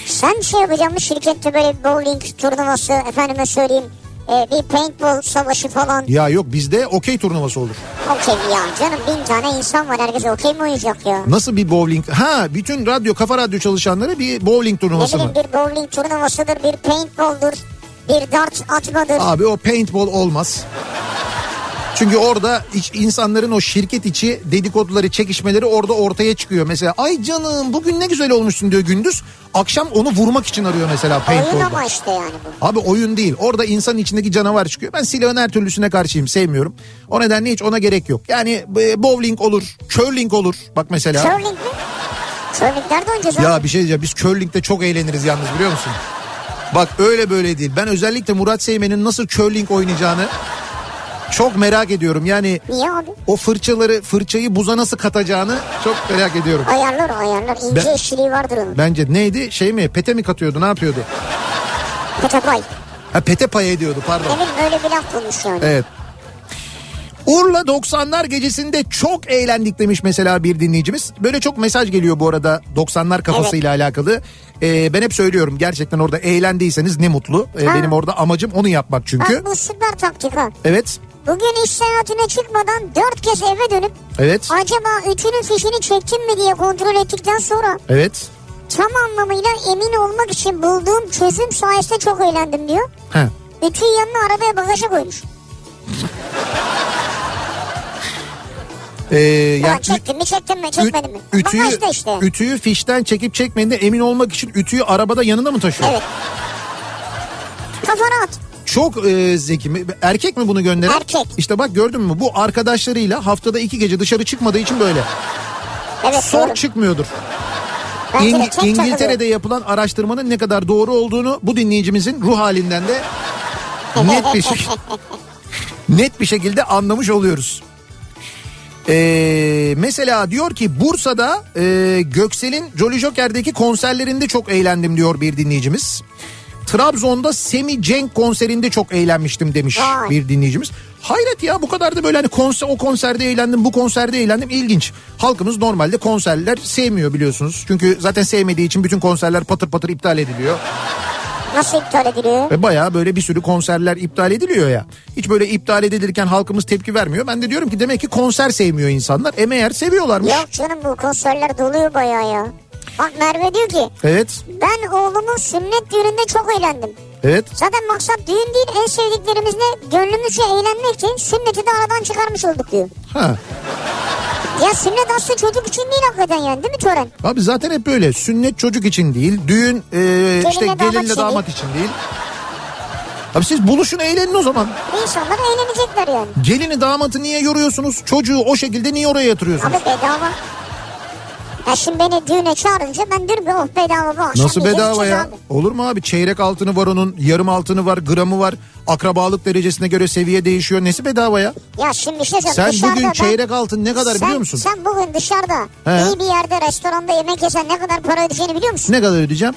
C: Sen şey yapacağım mı şirkette böyle bowling turnuvası efendime söyleyeyim e, bir paintball savaşı falan.
B: Ya yok bizde okey turnuvası olur.
C: Okey ya canım bin tane insan var herkes okey mi oynayacak ya?
B: Nasıl bir bowling? Ha bütün radyo kafa radyo çalışanları bir bowling
C: Ne
B: turnuvası mı?
C: bileyim bir bowling turnuvasıdır, bir paintball'dur, bir dart atmadır.
B: Abi o paintball olmaz. Çünkü orada iç- insanların o şirket içi dedikoduları, çekişmeleri orada ortaya çıkıyor. Mesela ay canım bugün ne güzel olmuşsun diyor gündüz. Akşam onu vurmak için arıyor mesela
C: Oyun
B: paintball'da.
C: ama işte yani bu.
B: Abi oyun değil. Orada insan içindeki canavar çıkıyor. Ben silahın her türlüsüne karşıyım. Sevmiyorum. O nedenle hiç ona gerek yok. Yani e, bowling olur. Curling olur. Bak mesela.
C: Curling mi? Curling nerede oynayacağız
B: Ya
C: abi?
B: bir şey diyeceğim biz curling'de çok eğleniriz yalnız biliyor musun? Bak öyle böyle değil. Ben özellikle Murat Seymen'in nasıl curling oynayacağını çok merak ediyorum. Yani
C: Niye abi?
B: o fırçaları fırçayı buza nasıl katacağını çok merak ediyorum.
C: Ayarlar ayarlar. İnce
B: Ben-
C: işçiliği vardır onun.
B: Bence neydi şey mi pete mi katıyordu ne yapıyordu?
C: Petapay.
B: Ha pete pay ediyordu pardon. E,
C: Demin böyle bir laf bulmuş yani.
B: Evet. Urla 90'lar gecesinde çok eğlendik demiş mesela bir dinleyicimiz. Böyle çok mesaj geliyor bu arada 90'lar kafasıyla alakalı. Ee, ben hep söylüyorum gerçekten orada eğlendiyseniz ne mutlu. Ee,
C: Ha.
B: benim orada amacım onu yapmak çünkü.
C: Bak bu süper taktik ha.
B: Evet.
C: Bugün iş seyahatine çıkmadan dört kez eve dönüp
B: Evet.
C: acaba ütünün fişini çektim mi diye kontrol ettikten sonra
B: Evet.
C: tam anlamıyla emin olmak için bulduğum çözüm sayesinde çok eğlendim diyor.
B: Ha.
C: Ütüyü yanına arabaya bagaja koymuş.
B: Ee,
C: Ya,
B: yani
C: çektim mi çektim mi
B: ü-
C: çekmedim mi?
B: ü- ütüyü,
C: Bagajda işte.
B: ütüyü fişten çekip çekmediğine emin olmak için ütüyü arabada yanında mı taşıyor?
C: Evet. Kafana at.
B: Çok e, zeki mi? Erkek mi bunu gönderen?
C: Erkek.
B: İşte bak gördün mü bu arkadaşlarıyla haftada iki gece dışarı çıkmadığı için böyle.
C: Evet
B: Sor
C: doğru.
B: çıkmıyordur.
C: Bence de
B: İng-
C: çok takılıyor.
B: İngiltere'de yapılan araştırmanın ne kadar doğru olduğunu bu dinleyicimizin ruh halinden de net bir şekilde, net bir şekilde anlamış oluyoruz. Ee, mesela diyor ki Bursa'da e, Göksel'in Jolly Joker'deki konserlerinde çok eğlendim diyor bir dinleyicimiz. Trabzon'da Semi Cenk konserinde çok eğlenmiştim demiş
C: Vay.
B: bir dinleyicimiz. Hayret ya bu kadar da böyle hani konser, o konserde eğlendim bu konserde eğlendim ilginç. Halkımız normalde konserler sevmiyor biliyorsunuz. Çünkü zaten sevmediği için bütün konserler patır patır iptal ediliyor.
C: Nasıl iptal ediliyor?
B: Ve bayağı böyle bir sürü konserler iptal ediliyor ya. Hiç böyle iptal edilirken halkımız tepki vermiyor. Ben de diyorum ki demek ki konser sevmiyor insanlar. E meğer seviyorlarmış.
C: Yok canım bu konserler doluyor bayağı ya. Bak Merve diyor ki
B: Evet,
C: ben oğlumun sünnet düğününde çok eğlendim.
B: evet.
C: Zaten maksat düğün değil en sevdiklerimizle gönlümüzce eğlenmek için sünneti de aradan çıkarmış olduk diyor.
B: Ha.
C: Ya sünnet aslında çocuk için değil hakikaten yani değil mi tören?
B: Abi zaten hep böyle. Sünnet çocuk için değil. Düğün e, işte
C: damat
B: gelinle
C: için
B: damat için değil. Abi siz buluşun eğlenin o zaman.
C: İnsanlar eğlenecekler yani.
B: Gelini damatı niye yoruyorsunuz? Çocuğu o şekilde niye oraya yatırıyorsunuz?
C: Abi bedava. Ya şimdi beni düğüne çağırınca ben diyorum ki oh bedava bu akşam
B: Nasıl
C: yiyeceğiz,
B: bedava
C: içeceğiz
B: ya?
C: abi."
B: Olur mu abi? Çeyrek altını var onun, yarım altını var, gramı var. Akrabalık derecesine göre seviye değişiyor. Nesi bedava ya?
C: Ya şimdi işte sen,
B: Sen
C: dışarıda
B: bugün
C: ben-
B: çeyrek altın ne kadar
C: sen,
B: biliyor musun?
C: Sen bugün dışarıda
B: He.
C: iyi bir yerde restoranda yemek yesen ne kadar para ödeyeceğini biliyor musun?
B: Ne kadar ödeyeceğim?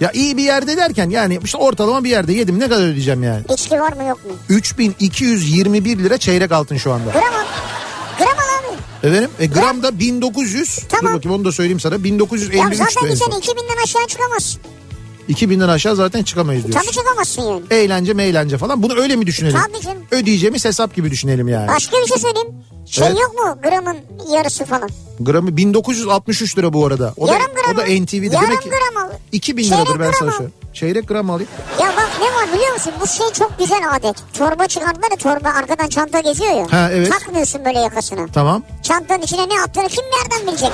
B: Ya iyi bir yerde derken yani işte ortalama bir yerde yedim ne kadar ödeyeceğim yani?
C: İçki var mı yok mu?
B: 3221 lira çeyrek altın şu anda.
C: Gram al. Gram al abi.
B: Efendim? E, gram da 1900.
C: Tamam.
B: Dur bakayım onu da söyleyeyim sana.
C: Ya
B: 1953 'tü
C: zaten
B: en
C: sen
B: son.
C: 2000'den aşağı çıkamazsın.
B: 2000'den aşağı zaten çıkamayız diyorsun.
C: Tabii çıkamazsın yani.
B: Eğlence meğlence falan bunu öyle mi düşünelim?
C: Tabii canım.
B: Ödeyeceğimiz hesap gibi düşünelim yani.
C: Başka bir şey söyleyeyim. Şey
B: Evet.
C: yok mu gramın yarısı falan?
B: Gramı 1963 lira bu arada. O
C: Yarım
B: da,
C: gram
B: o da
C: al.
B: NTV'de.
C: Yarım
B: Demek ki
C: gram al.
B: 2000
C: Çeyrek
B: liradır ben
C: gram
B: sana
C: al.
B: söylüyorum. Çeyrek gram alayım.
C: Ya bak ne var biliyor musun? Bu şey çok güzel adet. Çorba çıkardılar ya çorba arkadan çanta geziyor ya.
B: Ha, evet.
C: Takmıyorsun böyle yakasına.
B: Tamam.
C: Çantanın içine ne attığını kim nereden bilecek?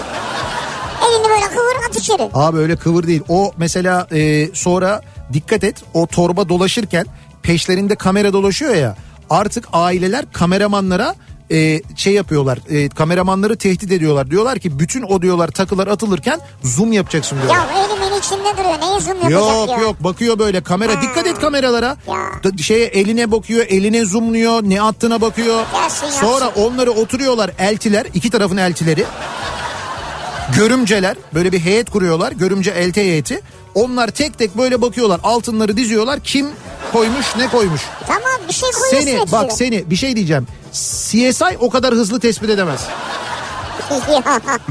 C: Elini böyle kıvır at içeri.
B: Abi öyle kıvır değil. O mesela e, sonra dikkat et o torba dolaşırken peşlerinde kamera dolaşıyor ya. Artık aileler kameramanlara e, şey yapıyorlar. e, kameramanları tehdit ediyorlar. Diyorlar ki bütün o diyorlar takılar atılırken zoom yapacaksın diyorlar.
C: Ya elimin içinde duruyor. Neye zoom yapacak
B: Yok
C: ya?
B: yok bakıyor böyle kamera dikkat et kameralara
C: Ya.
B: Da- şeye eline bakıyor eline zoomluyor ne attığına bakıyor
C: Gelsin, yapsın.
B: sonra onları oturuyorlar eltiler iki tarafın eltileri görümceler böyle bir heyet kuruyorlar görümce elti heyeti onlar tek tek böyle bakıyorlar altınları diziyorlar kim koymuş ne koymuş
C: Tamam bir şey koyuyorsun
B: seni
C: hepsine.
B: bak seni bir şey diyeceğim CSI o kadar hızlı tespit edemez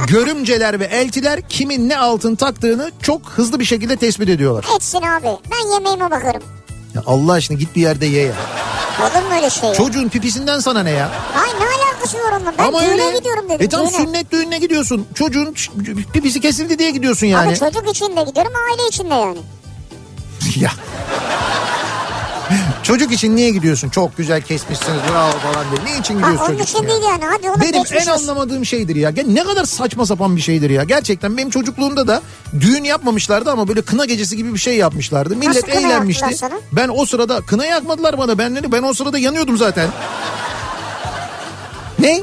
B: görümceler ve eltiler kimin ne altın taktığını çok hızlı bir şekilde tespit ediyorlar
C: Etsin abi. Ben yemeğime bakarım.
B: ya Allah aşkına git bir yerde ye ya.
C: Olur mu öyle şey? ya?
B: Çocuğun pipisinden sana ne ya?
C: Ay ne alakası var onunla? Ben düğüne gidiyorum dedim.
B: E tam
C: düğüne.
B: sünnet düğününe gidiyorsun. Çocuğun ç- pipisi kesildi diye gidiyorsun
C: Ama
B: yani.
C: çocuk için de gidiyorum aile için de yani.
B: ya. Çocuk için niye gidiyorsun? Çok güzel kesmişsiniz bravo falan diye. Ne için
C: Ha,
B: gidiyorsun
C: onun
B: çocuk için?
C: için
B: ya?
C: değil yani. Hadi onu
B: Benim
C: geçmiş
B: en
C: olsun.
B: anlamadığım şeydir ya. Gel- Ne kadar saçma sapan bir şeydir ya. Gerçekten benim çocukluğumda da düğün yapmamışlardı ama böyle kına gecesi gibi bir şey yapmışlardı. Millet
C: kına
B: eğlenmişti.
C: yaktılar sana?
B: Ben o sırada kına yakmadılar bana. Ben dedi, ben o sırada yanıyordum zaten. Ne?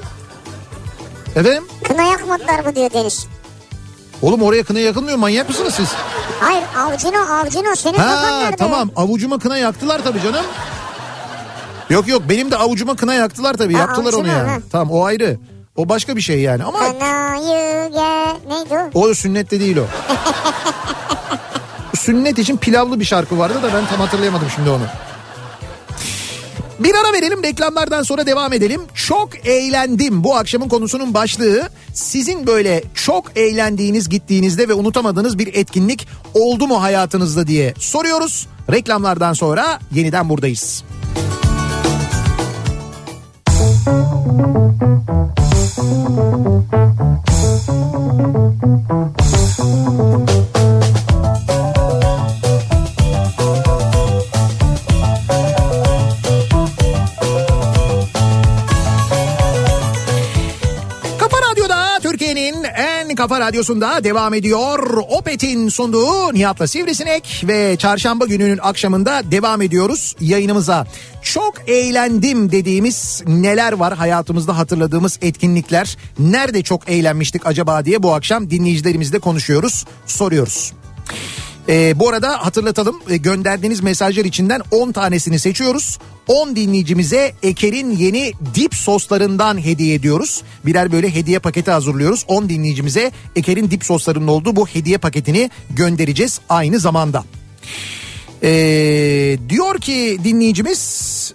B: Efendim?
C: Kına yakmadılar mı diyor Deniz.
B: Oğlum oraya kına yakılmıyor manyak mısınız siz?
C: Hayır avcino avcino senin kafan
B: Ha
C: nerede?
B: tamam avucuma kına yaktılar tabii canım. Yok yok benim de avucuma kına yaktılar tabii
C: Ha,
B: yaptılar onu
C: avucuna,
B: yani.
C: ha.
B: Tamam o ayrı. O başka bir şey yani ama
C: Kınayı gel. Neydi o?
B: o sünnette değil o. Sünnet için pilavlı bir şarkı vardı da ben tam hatırlayamadım şimdi onu. Bir ara verelim reklamlardan sonra devam edelim. Çok eğlendim bu akşamın konusunun başlığı. Sizin böyle çok eğlendiğiniz gittiğinizde ve unutamadığınız bir etkinlik oldu mu hayatınızda diye soruyoruz. Reklamlardan sonra yeniden buradayız. Kafa Radyo'da Türkiye'nin en kafa radyosunda devam ediyor. Opet'in sunduğu Nihat'la Sivrisinek ve çarşamba gününün akşamında devam ediyoruz yayınımıza. Çok eğlendim dediğimiz neler var hayatımızda hatırladığımız etkinlikler. Nerede çok eğlenmiştik acaba diye bu akşam dinleyicilerimizle konuşuyoruz, soruyoruz. Ee, bu arada hatırlatalım e, gönderdiğiniz mesajlar içinden 10 tanesini seçiyoruz. 10 dinleyicimize Eker'in yeni dip soslarından hediye ediyoruz. Birer böyle hediye paketi hazırlıyoruz. 10 dinleyicimize Eker'in dip soslarının olduğu bu hediye paketini göndereceğiz aynı zamanda. Ee, diyor ki dinleyicimiz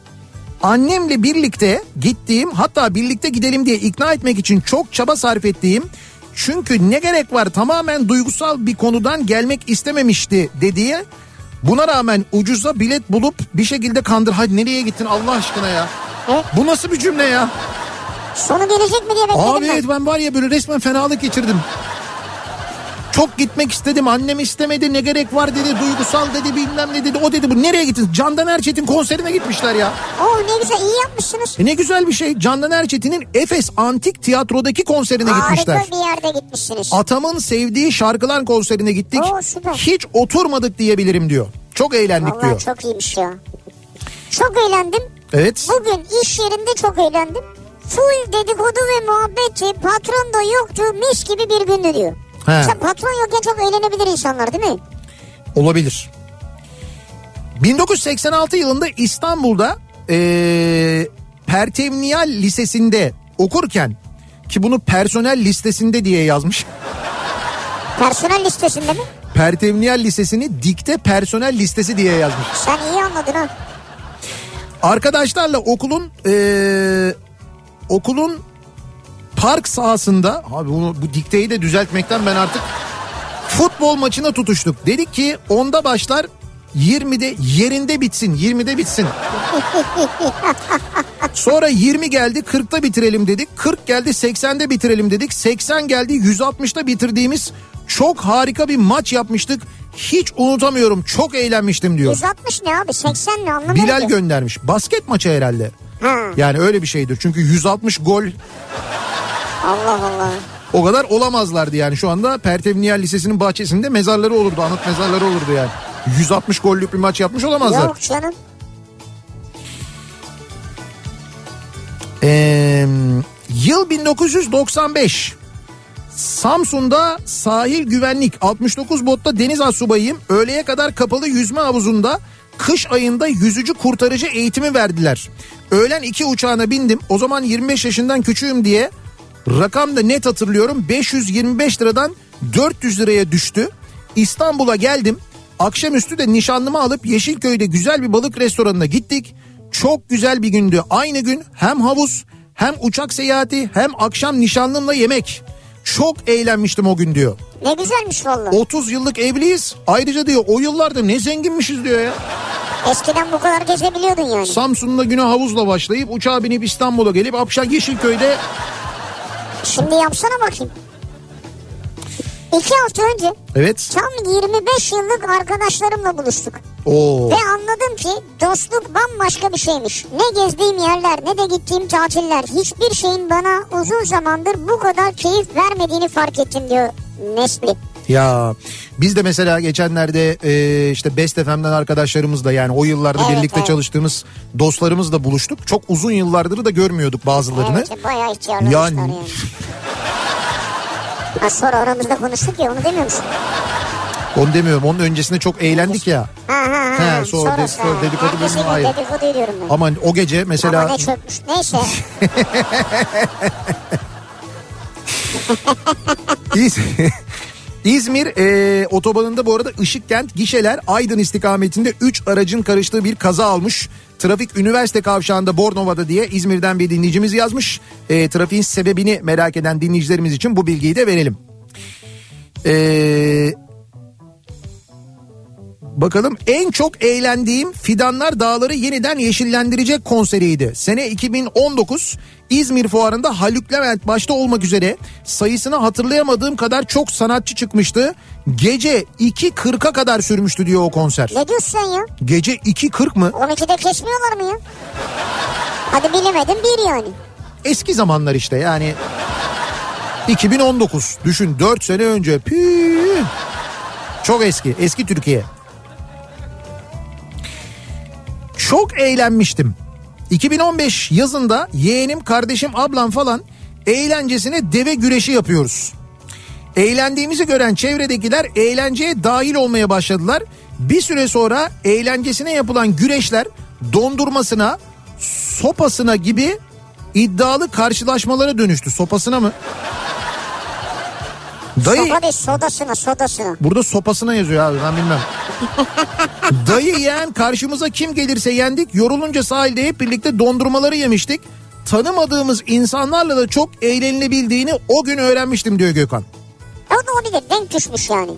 B: annemle birlikte gittiğim hatta birlikte gidelim diye ikna etmek için çok çaba sarf ettiğim çünkü ne gerek var tamamen duygusal bir konudan gelmek istememişti dediği buna rağmen ucuza bilet bulup bir şekilde kandır hadi nereye gittin Allah aşkına ya.
C: Evet.
B: Bu nasıl bir cümle ya?
C: Sonu gelecek mi diye bekledim
B: Abi evet
C: ben.
B: ben var ya böyle resmen fenalık geçirdim. Çok gitmek istedim annem istemedi ne gerek var dedi duygusal dedi bilmem ne dedi o dedi bu nereye gittin Candan Erçetin konserine gitmişler ya.
C: Oo ne güzel iyi yapmışsınız.
B: E ne güzel bir şey Candan Erçetin'in Efes Antik Tiyatro'daki konserine gitmişler.
C: Harika bir şey. yerde gitmişsiniz.
B: Atamın sevdiği şarkılar konserine gittik
C: Oo, süper.
B: hiç oturmadık diyebilirim diyor. Çok eğlendik
C: Vallahi
B: diyor.
C: çok iyiymiş ya. Çok eğlendim.
B: Evet.
C: Bugün iş yerinde çok eğlendim. Full dedikodu ve muhabbeti patron da yoktu mis gibi bir gündü diyor.
B: He.
C: İşte patron yokken çok eğlenebilir insanlar değil mi?
B: Olabilir. 1986 yılında İstanbul'da eee Pertevniyal Lisesi'nde okurken ki bunu personel listesinde diye yazmış.
C: Personel listesinde mi?
B: Pertevniyal Lisesi'ni dikte personel listesi diye yazmış.
C: Sen iyi anladın ha.
B: Arkadaşlarla okulun eee, okulun park sahasında abi bunu bu dikteyi de düzeltmekten ben artık futbol maçına tutuştuk. Dedik ki onda başlar 20'de yerinde bitsin 20'de bitsin. Sonra 20 geldi 40'ta bitirelim dedik. 40 geldi 80'de bitirelim dedik. 80 geldi 160'ta bitirdiğimiz çok harika bir maç yapmıştık. Hiç unutamıyorum çok eğlenmiştim diyor.
C: 160 ne abi 80 ne anlamadım.
B: Bilal
C: ki.
B: göndermiş. Basket maçı herhalde.
C: Ha,
B: Yani öyle bir şeydir. Çünkü 160 gol
C: Allah Allah.
B: o kadar olamazlardı yani. Şu anda Pertevniyal Lisesi'nin bahçesinde mezarları olurdu. Anıt mezarları olurdu yani. 160 gollük bir maç yapmış olamazlar.
C: Yok canım.
B: Ee, yıl 1995. Samsun'da sahil güvenlik 69 botta deniz asubayıyım. Öğleye kadar kapalı yüzme havuzunda kış ayında yüzücü kurtarıcı eğitimi verdiler. Öğlen iki uçağına bindim. O zaman 25 yaşından küçüğüm diye rakam da net hatırlıyorum. 525 liradan 400 liraya düştü. İstanbul'a geldim. Akşamüstü de nişanlımı alıp Yeşilköy'de güzel bir balık restoranına gittik. Çok güzel bir gündü. Aynı gün hem havuz hem uçak seyahati hem akşam nişanlımla yemek. Çok eğlenmiştim o gün diyor.
C: Ne güzelmiş valla.
B: 30 yıllık evliyiz. Ayrıca diyor o yıllarda ne zenginmişiz diyor ya.
C: Eskiden bu kadar gezebiliyordun yani.
B: Samsun'da güne havuzla başlayıp uçağa binip İstanbul'a gelip Apşan Yeşilköy'de
C: Şimdi yapsana bakayım. İki hafta önce
B: evet.
C: tam 25 yıllık arkadaşlarımla buluştuk.
B: Oo.
C: Ve anladım ki dostluk bambaşka bir şeymiş. Ne gezdiğim yerler ne de gittiğim tatiller hiçbir şeyin bana uzun zamandır bu kadar keyif vermediğini fark ettim diyor Nesli.
B: Ya biz de mesela geçenlerde e, işte Best FM'den arkadaşlarımızla yani o yıllarda
C: Evet,
B: birlikte
C: evet.
B: çalıştığımız dostlarımızla buluştuk. Çok uzun yıllardır da görmüyorduk bazılarını.
C: Evet bayağı ihtiyarlamışlar
B: Yani-
C: yani. Ha, sonra aramızda konuştuk ya onu demiyor musun?
B: Onu demiyorum. Onun öncesinde çok eğlendik ya.
C: Ha ha ha.
B: He, sonra
C: Sonrası
B: dedikodu-
C: ha.
B: dedikodu
C: Herkesin
B: bölümü ayrı.
C: dedikoduyu diyorum ben.
B: Ama o gece mesela
C: Ama ne çökmüş. Neyse.
B: İz- İzmir e, otobanında bu arada Işıkkent, Gişeler, Aydın istikametinde 3 aracın karıştığı bir kaza almış. Trafik üniversite kavşağında Bornova'da diye İzmir'den bir dinleyicimiz yazmış. E, trafiğin sebebini merak eden dinleyicilerimiz için bu bilgiyi de verelim. Eee... Ee, Bakalım en çok eğlendiğim Fidanlar Dağları yeniden yeşillendirecek konseriydi. Sene 2019 İzmir Fuarı'nda Haluk Levent başta olmak üzere sayısını hatırlayamadığım kadar çok sanatçı çıkmıştı. Gece 2.40'a kadar sürmüştü diyor o konser.
C: Ne diyorsun sen ya?
B: Gece 2.40 mı?
C: 12'de kesmiyorlar mı ya? Hadi bilemedim bir yani.
B: Eski zamanlar işte yani. 2019 düşün 4 sene önce. Püü. Çok eski. Eski Türkiye. Çok eğlenmiştim. 2015 yazında yeğenim, kardeşim, ablam falan eğlencesine deve güreşi yapıyoruz. Eğlendiğimizi gören çevredekiler eğlenceye dahil olmaya başladılar. Bir süre sonra eğlencesine yapılan güreşler dondurmasına, sopasına gibi iddialı karşılaşmalara dönüştü. Sopasına mı? Dayı
C: Sopa değil sodasına sodasına.
B: Burada sopasına yazıyor abi ben bilmem. Dayı yeğen karşımıza kim gelirse yendik. Yorulunca sahilde hep birlikte dondurmaları yemiştik. Tanımadığımız insanlarla da çok eğlenilebildiğini o gün öğrenmiştim diyor Gökhan.
C: E O da olabilir denk düşmüş yani.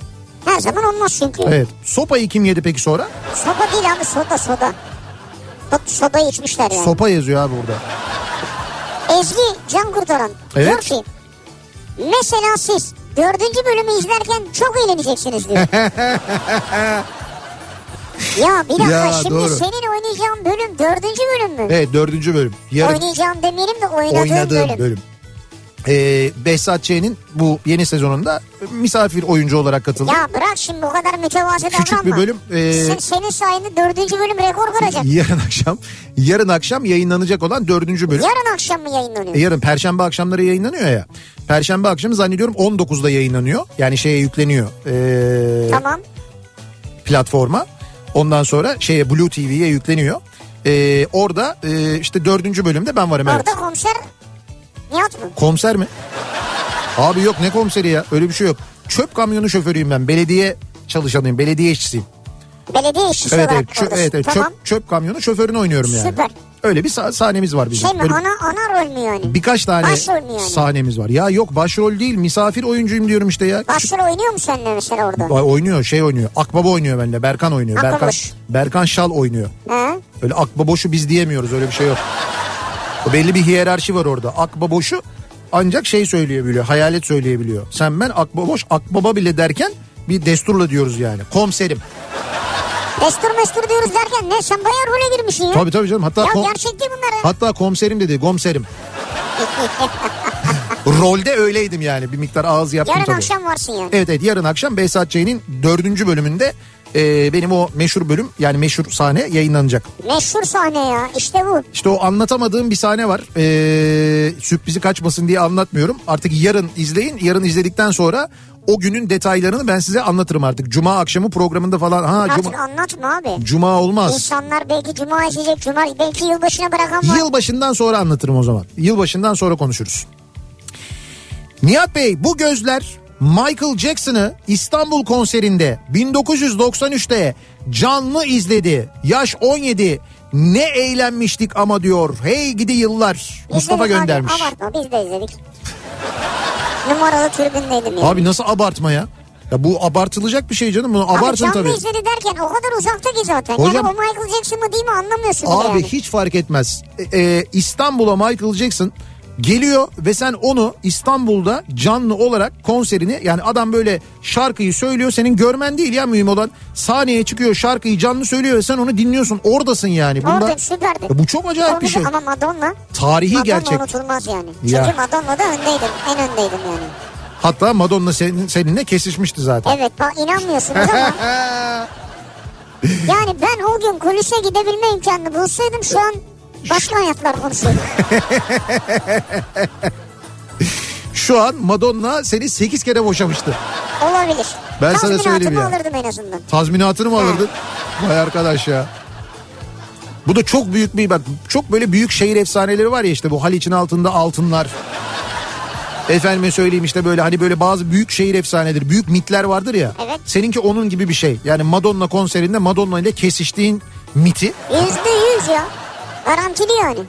C: Her zaman olmaz çünkü.
B: Evet. Sopayı kim yedi peki sonra?
C: Sopa değil abi soda soda. Bak sodayı içmişler yani.
B: Sopa yazıyor abi burada.
C: Ezgi Can Kurtaran
B: Evet.
C: diyor ki mesela siz dördüncü bölümü izlerken çok eğleneceksiniz diyor. ya bir dakika
B: Ya,
C: şimdi
B: doğru.
C: senin oynayacağın bölüm dördüncü bölüm mü?
B: Evet dördüncü bölüm. Yarın
C: Oynayacağım demeyelim de oynadığım,
B: oynadığım
C: bölüm.
B: bölüm. Ee, Behzat Ç'nin bu yeni sezonunda misafir oyuncu olarak katıldı.
C: Ya bırak şimdi bu kadar mütevazı davranma.
B: Küçük bir bölüm. ee,
C: Sen- senin sayende dördüncü bölüm rekor kıracak.
B: yarın akşam yarın akşam yayınlanacak olan dördüncü bölüm.
C: Yarın akşam mı yayınlanıyor?
B: E, yarın perşembe akşamları yayınlanıyor ya. Perşembe akşamı zannediyorum 19'da yayınlanıyor. Yani şeye yükleniyor e,
C: Tamam.
B: platforma. Ondan sonra şeye Blue TV'ye yükleniyor. E, orada e, işte dördüncü bölümde ben varım evet.
C: Orada komiser Nihat mı?
B: Komiser mi? Abi yok ne komiseri ya öyle bir şey yok. Çöp kamyonu şoförüyüm ben belediye çalışanıyım belediye işçisiyim.
C: Belediye işçisi
B: Evet evet,
C: olarak
B: çö-
C: oradasın.
B: evet, evet,
C: Tamam.
B: çöp, çöp kamyonu şoförünü oynuyorum yani.
C: Süper.
B: Öyle bir sah- sahnemiz var bizim.
C: Şey mi
B: Böyle-
C: ana, ana rol mü yani?
B: Birkaç tane
C: Başrol mü yani?
B: sahnemiz var. Ya yok başrol değil misafir oyuncuyum diyorum işte ya. Küçük-
C: Başrol oynuyor mu seninle mesela orada?
B: Ay, oynuyor şey oynuyor. Akbaba oynuyor benimle. Berkan oynuyor. Berkan,
C: Akbaboş.
B: Berkan Şal oynuyor.
C: He?
B: Öyle akbaboşu biz diyemiyoruz öyle bir şey yok. O belli bir hiyerarşi var orada. Akbaboşu ancak şey söyleyebiliyor. Hayalet söyleyebiliyor. Sen ben akbaboş akbaba bile derken bir desturla diyoruz yani. Komiserim.
C: Destur mestur diyoruz derken ne sen bayağı role girmişsin ya.
B: Tabii tabii canım. Hatta
C: Ya
B: kom-
C: gerçek değil bunlar ya.
B: hatta komiserim dedi. Komiserim. Rolde öyleydim yani. Bir miktar ağız yaptım
C: Yarın
B: tabii.
C: akşam varsın yani.
B: Evet evet yarın akşam Behzat Ç'nin dördüncü bölümünde e, benim o meşhur bölüm yani meşhur sahne yayınlanacak.
C: Meşhur sahne ya işte bu.
B: İşte o anlatamadığım bir sahne var. E, sürprizi kaçmasın diye anlatmıyorum. Artık yarın izleyin. Yarın izledikten sonra o günün detaylarını ben size anlatırım artık. Cuma akşamı programında falan. Ha
C: Artık
B: cuma,
C: anlatma abi.
B: cuma olmaz.
C: İnsanlar belki cuma izleyecek, cuma belki yılbaşına bırakan var.
B: Yılbaşından sonra anlatırım o zaman. Yılbaşından sonra konuşuruz. Nihat Bey bu gözler Michael Jackson'ı İstanbul konserinde 1993'te canlı izledi. Yaş 17. Ne eğlenmiştik ama diyor. Hey gidi yıllar. Mustafa
C: İzledik abi,
B: göndermiş.
C: Abartma biz de izledik. Numaralı tribündeydim yani.
B: Abi nasıl abartma ya? Ya bu abartılacak bir şey canım. Bunu
C: Abi
B: abartın
C: canlı
B: tabii.
C: izledi derken o kadar uzakta ki zaten.
B: Hocam-
C: yani o Michael Jackson mı değil mi anlamıyorsun bile
B: Abi
C: yani.
B: hiç fark etmez. E, e, İstanbul'a Michael Jackson geliyor ve sen onu İstanbul'da canlı olarak konserini yani adam böyle şarkıyı söylüyor senin görmen değil ya mühim olan sahneye çıkıyor şarkıyı canlı söylüyor ve sen onu dinliyorsun oradasın yani. Bunda,
C: Orada süperdi.
B: Ya bu çok acayip bir
C: Olmadı
B: şey.
C: Ama Madonna.
B: Tarihi
C: Madonna
B: gerçek.
C: unutulmaz yani.
B: Ya.
C: Çünkü Madonna'da öndeydim. En öndeydim yani.
B: Hatta Madonna senin, seninle kesişmişti zaten.
C: Evet bak inanmıyorsunuz ama. yani ben o gün kulise gidebilme imkanını bulsaydım şu an başka hayatlar konuşuyordum.
B: Şu an Madonna seni 8 kere boşamıştı.
C: Olabilir.
B: Ben sana
C: Tazminatımı
B: söyleyeyim ya.
C: alırdım en azından.
B: Tazminatını mı alırdın? Vay arkadaş ya. Bu da çok büyük bir bak çok böyle büyük şehir efsaneleri var ya işte bu Haliç'in altında altınlar. Efendime söyleyeyim işte böyle hani böyle bazı büyük şehir efsaneleri, büyük mitler vardır ya.
C: Evet.
B: Seninki onun gibi bir şey. Yani Madonna konserinde Madonna ile kesiştiğin miti
C: Yüzde yüz. %100 ya. Garantili yani.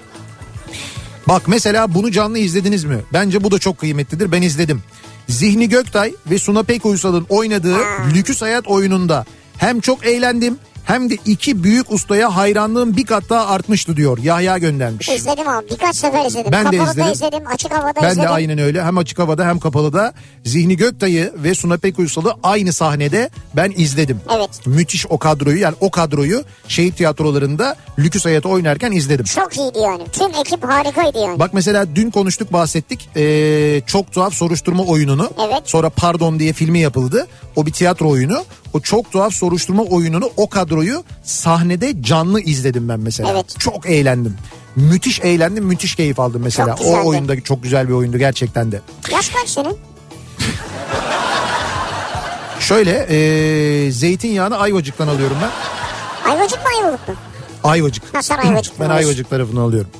B: Bak mesela bunu canlı izlediniz mi? Bence bu da çok kıymetlidir. Ben izledim. Zihni Göktay ve Suna Pek Uysal'ın oynadığı Lüküs Hayat oyununda hem çok eğlendim hem de iki büyük ustaya hayranlığım bir kat daha artmıştı diyor. Yahya göndermiş.
C: İzledim abi birkaç sefer izledim.
B: Ben de
C: Kapalıda
B: izledim.
C: açık havada
B: Ben
C: izledim.
B: de aynen öyle. Hem açık havada hem kapalıda Zihni Göktay'ı ve Suna Pek Uysal'ı aynı sahnede ben izledim.
C: Evet.
B: Müthiş o kadroyu yani o kadroyu şehit tiyatrolarında Lüküs Hayat'ı oynarken izledim.
C: Çok iyiydi yani. Tüm ekip harikaydı yani.
B: Bak mesela dün konuştuk bahsettik Ee, çok tuhaf soruşturma oyununu
C: Evet.
B: sonra pardon diye filmi yapıldı o bir tiyatro oyunu o çok tuhaf soruşturma oyununu o kadroyu sahnede canlı izledim ben mesela
C: Evet.
B: çok eğlendim müthiş eğlendim müthiş keyif aldım mesela
C: Çok güzeldi.
B: o oyunda çok güzel bir oyundu gerçekten de
C: Yaş kaç senin?
B: şöyle ee, zeytinyağını ayvacıktan alıyorum ben
C: Ayvacık mı ayvalık mı?
B: ayvacık
C: Ha sen ayvacık
B: ben ayvacık tarafını alıyorum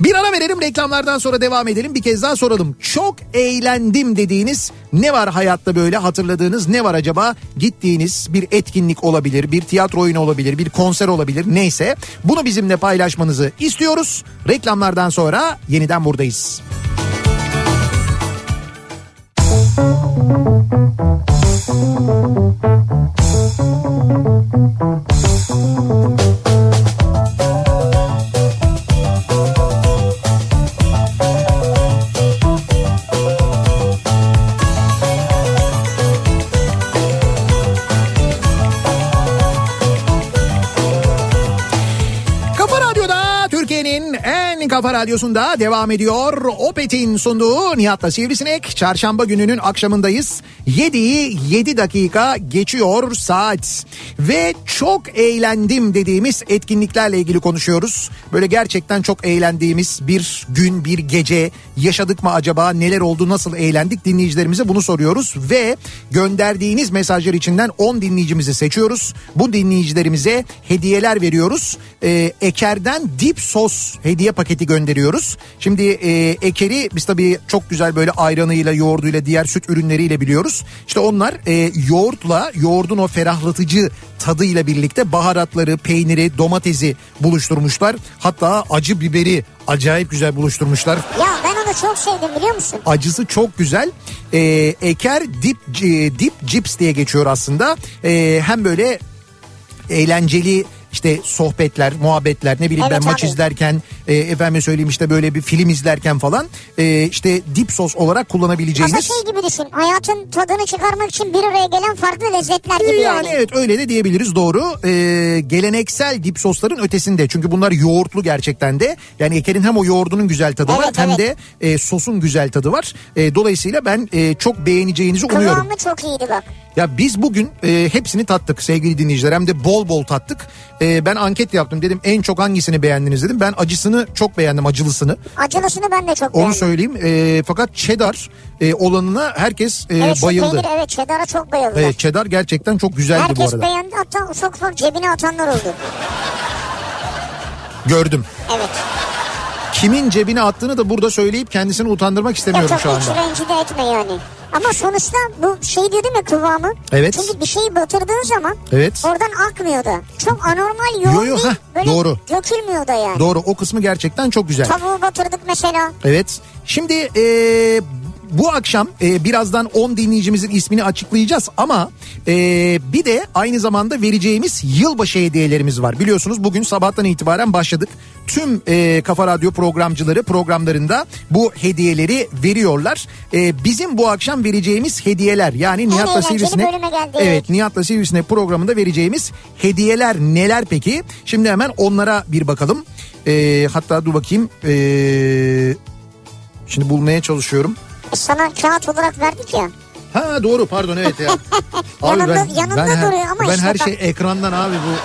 B: bir ara verelim reklamlardan sonra devam edelim. Bir kez daha soralım. Çok eğlendim dediğiniz ne var hayatta böyle hatırladığınız ne var acaba? Gittiğiniz bir etkinlik olabilir, bir tiyatro oyunu olabilir, bir konser olabilir neyse. Bunu bizimle paylaşmanızı istiyoruz. Reklamlardan sonra yeniden buradayız. Kafa Radyo'da Türkiye'nin en kafa radyosunda devam ediyor. Opet'in sunduğu Nihat'la Sivrisinek. Çarşamba gününün akşamındayız. 7'yi 7 dakika geçiyor saat. Ve çok eğlendim dediğimiz etkinliklerle ilgili konuşuyoruz. Böyle gerçekten çok eğlendiğimiz bir gün, bir gece yaşadık mı acaba? Neler oldu, nasıl eğlendik? Dinleyicilerimize bunu soruyoruz. Ve gönderdiğiniz mesajlar içinden 10 dinleyicimizi seçiyoruz. Bu dinleyicilerimize hediyeler veriyoruz. Ee, Eker'den dip sos hediye paketi gönderiyoruz. Şimdi e, Eker'i biz tabii çok güzel böyle ayranıyla, yoğurduyla, diğer süt ürünleriyle biliyoruz. İşte onlar e, yoğurtla, yoğurdun o ferahlatıcı tadıyla birlikte baharatları, peyniri, domatesi buluşturmuşlar. Hatta acı biberi acayip güzel buluşturmuşlar.
C: Ya ben onu çok sevdim biliyor musun?
B: Acısı çok güzel. Ee, eker dip e, dip cips diye geçiyor aslında. Ee, hem böyle eğlenceli işte sohbetler, muhabbetler, ne bileyim
C: Evet
B: ben maç
C: abi.
B: izlerken, e, efendim söyleyeyim işte böyle bir film izlerken falan e, işte dip sos olarak
C: Aslında
B: kullanabileceğiniz.
C: şey gibi düşün. Hayatın tadını çıkarmak için bir araya gelen farklı lezzetler şey gibi yani.
B: Yani evet öyle de diyebiliriz doğru. Ee, geleneksel dip sosların ötesinde. Çünkü bunlar yoğurtlu gerçekten de. Yani Eker'in hem o yoğurdunun güzel tadı var
C: Evet,
B: hem
C: evet.
B: de e, sosun güzel tadı var. E, dolayısıyla ben e, çok beğeneceğinizi umuyorum.
C: Kıvamı çok iyiydi bak.
B: Ya biz bugün e, hepsini tattık sevgili dinleyiciler hem de bol bol tattık. E, ben anket yaptım dedim en çok hangisini beğendiniz dedim. Ben acısını çok beğendim acılısını
C: Acılısını ben de çok
B: onu
C: beğendim.
B: söyleyeyim. E, fakat cheddar e, olanına herkes e,
C: evet, şu
B: bayıldı.
C: Peynir, evet cheddar'a çok bayıldılar.
B: Evet cheddar gerçekten çok güzeldi
C: Herkes
B: bu arada.
C: beğendi hatta ufak ufak cebine atanlar oldu.
B: Gördüm.
C: Evet.
B: Kimin cebine attığını da burada söyleyip kendisini utandırmak
C: Ya
B: istemiyorum
C: çok
B: şu anda.
C: hiç rencide etme yani. Ama sonuçta bu şey dedim ya kıvamı.
B: Evet.
C: Çünkü bir şeyi batırdığın zaman
B: Evet.
C: oradan akmıyor da. Çok anormal yoğun
B: Yo, yo,
C: değil.
B: heh,
C: böyle
B: doğru.
C: dökülmüyor da yani.
B: Doğru o kısmı gerçekten çok güzel.
C: Tavuğu batırdık mesela.
B: Evet. Şimdi eee, bu akşam eee, birazdan 10 dinleyicimizin ismini açıklayacağız ama eee, bir de aynı zamanda vereceğimiz yılbaşı hediyelerimiz var. Biliyorsunuz bugün sabahtan itibaren başladık. Tüm eee, Kafa Radyo programcıları programlarında bu hediyeleri veriyorlar. Eee, bizim bu akşam vereceğimiz hediyeler yani Nihat'la
C: eğlenceli
B: Sivrisinek...
C: bölüme geldik.
B: Evet Nihat'la Sivrisinek programında vereceğimiz hediyeler neler peki? Şimdi hemen onlara bir bakalım. Eee, hatta dur bakayım. E, Eee Şimdi bulmaya çalışıyorum.
C: E, Sana kağıt olarak verdik ya.
B: Ha doğru pardon evet ya.
C: Yanında- yanında
B: her-
C: duruyor ama
B: ben
C: işte
B: her
C: bak.
B: şey ekrandan abi bu.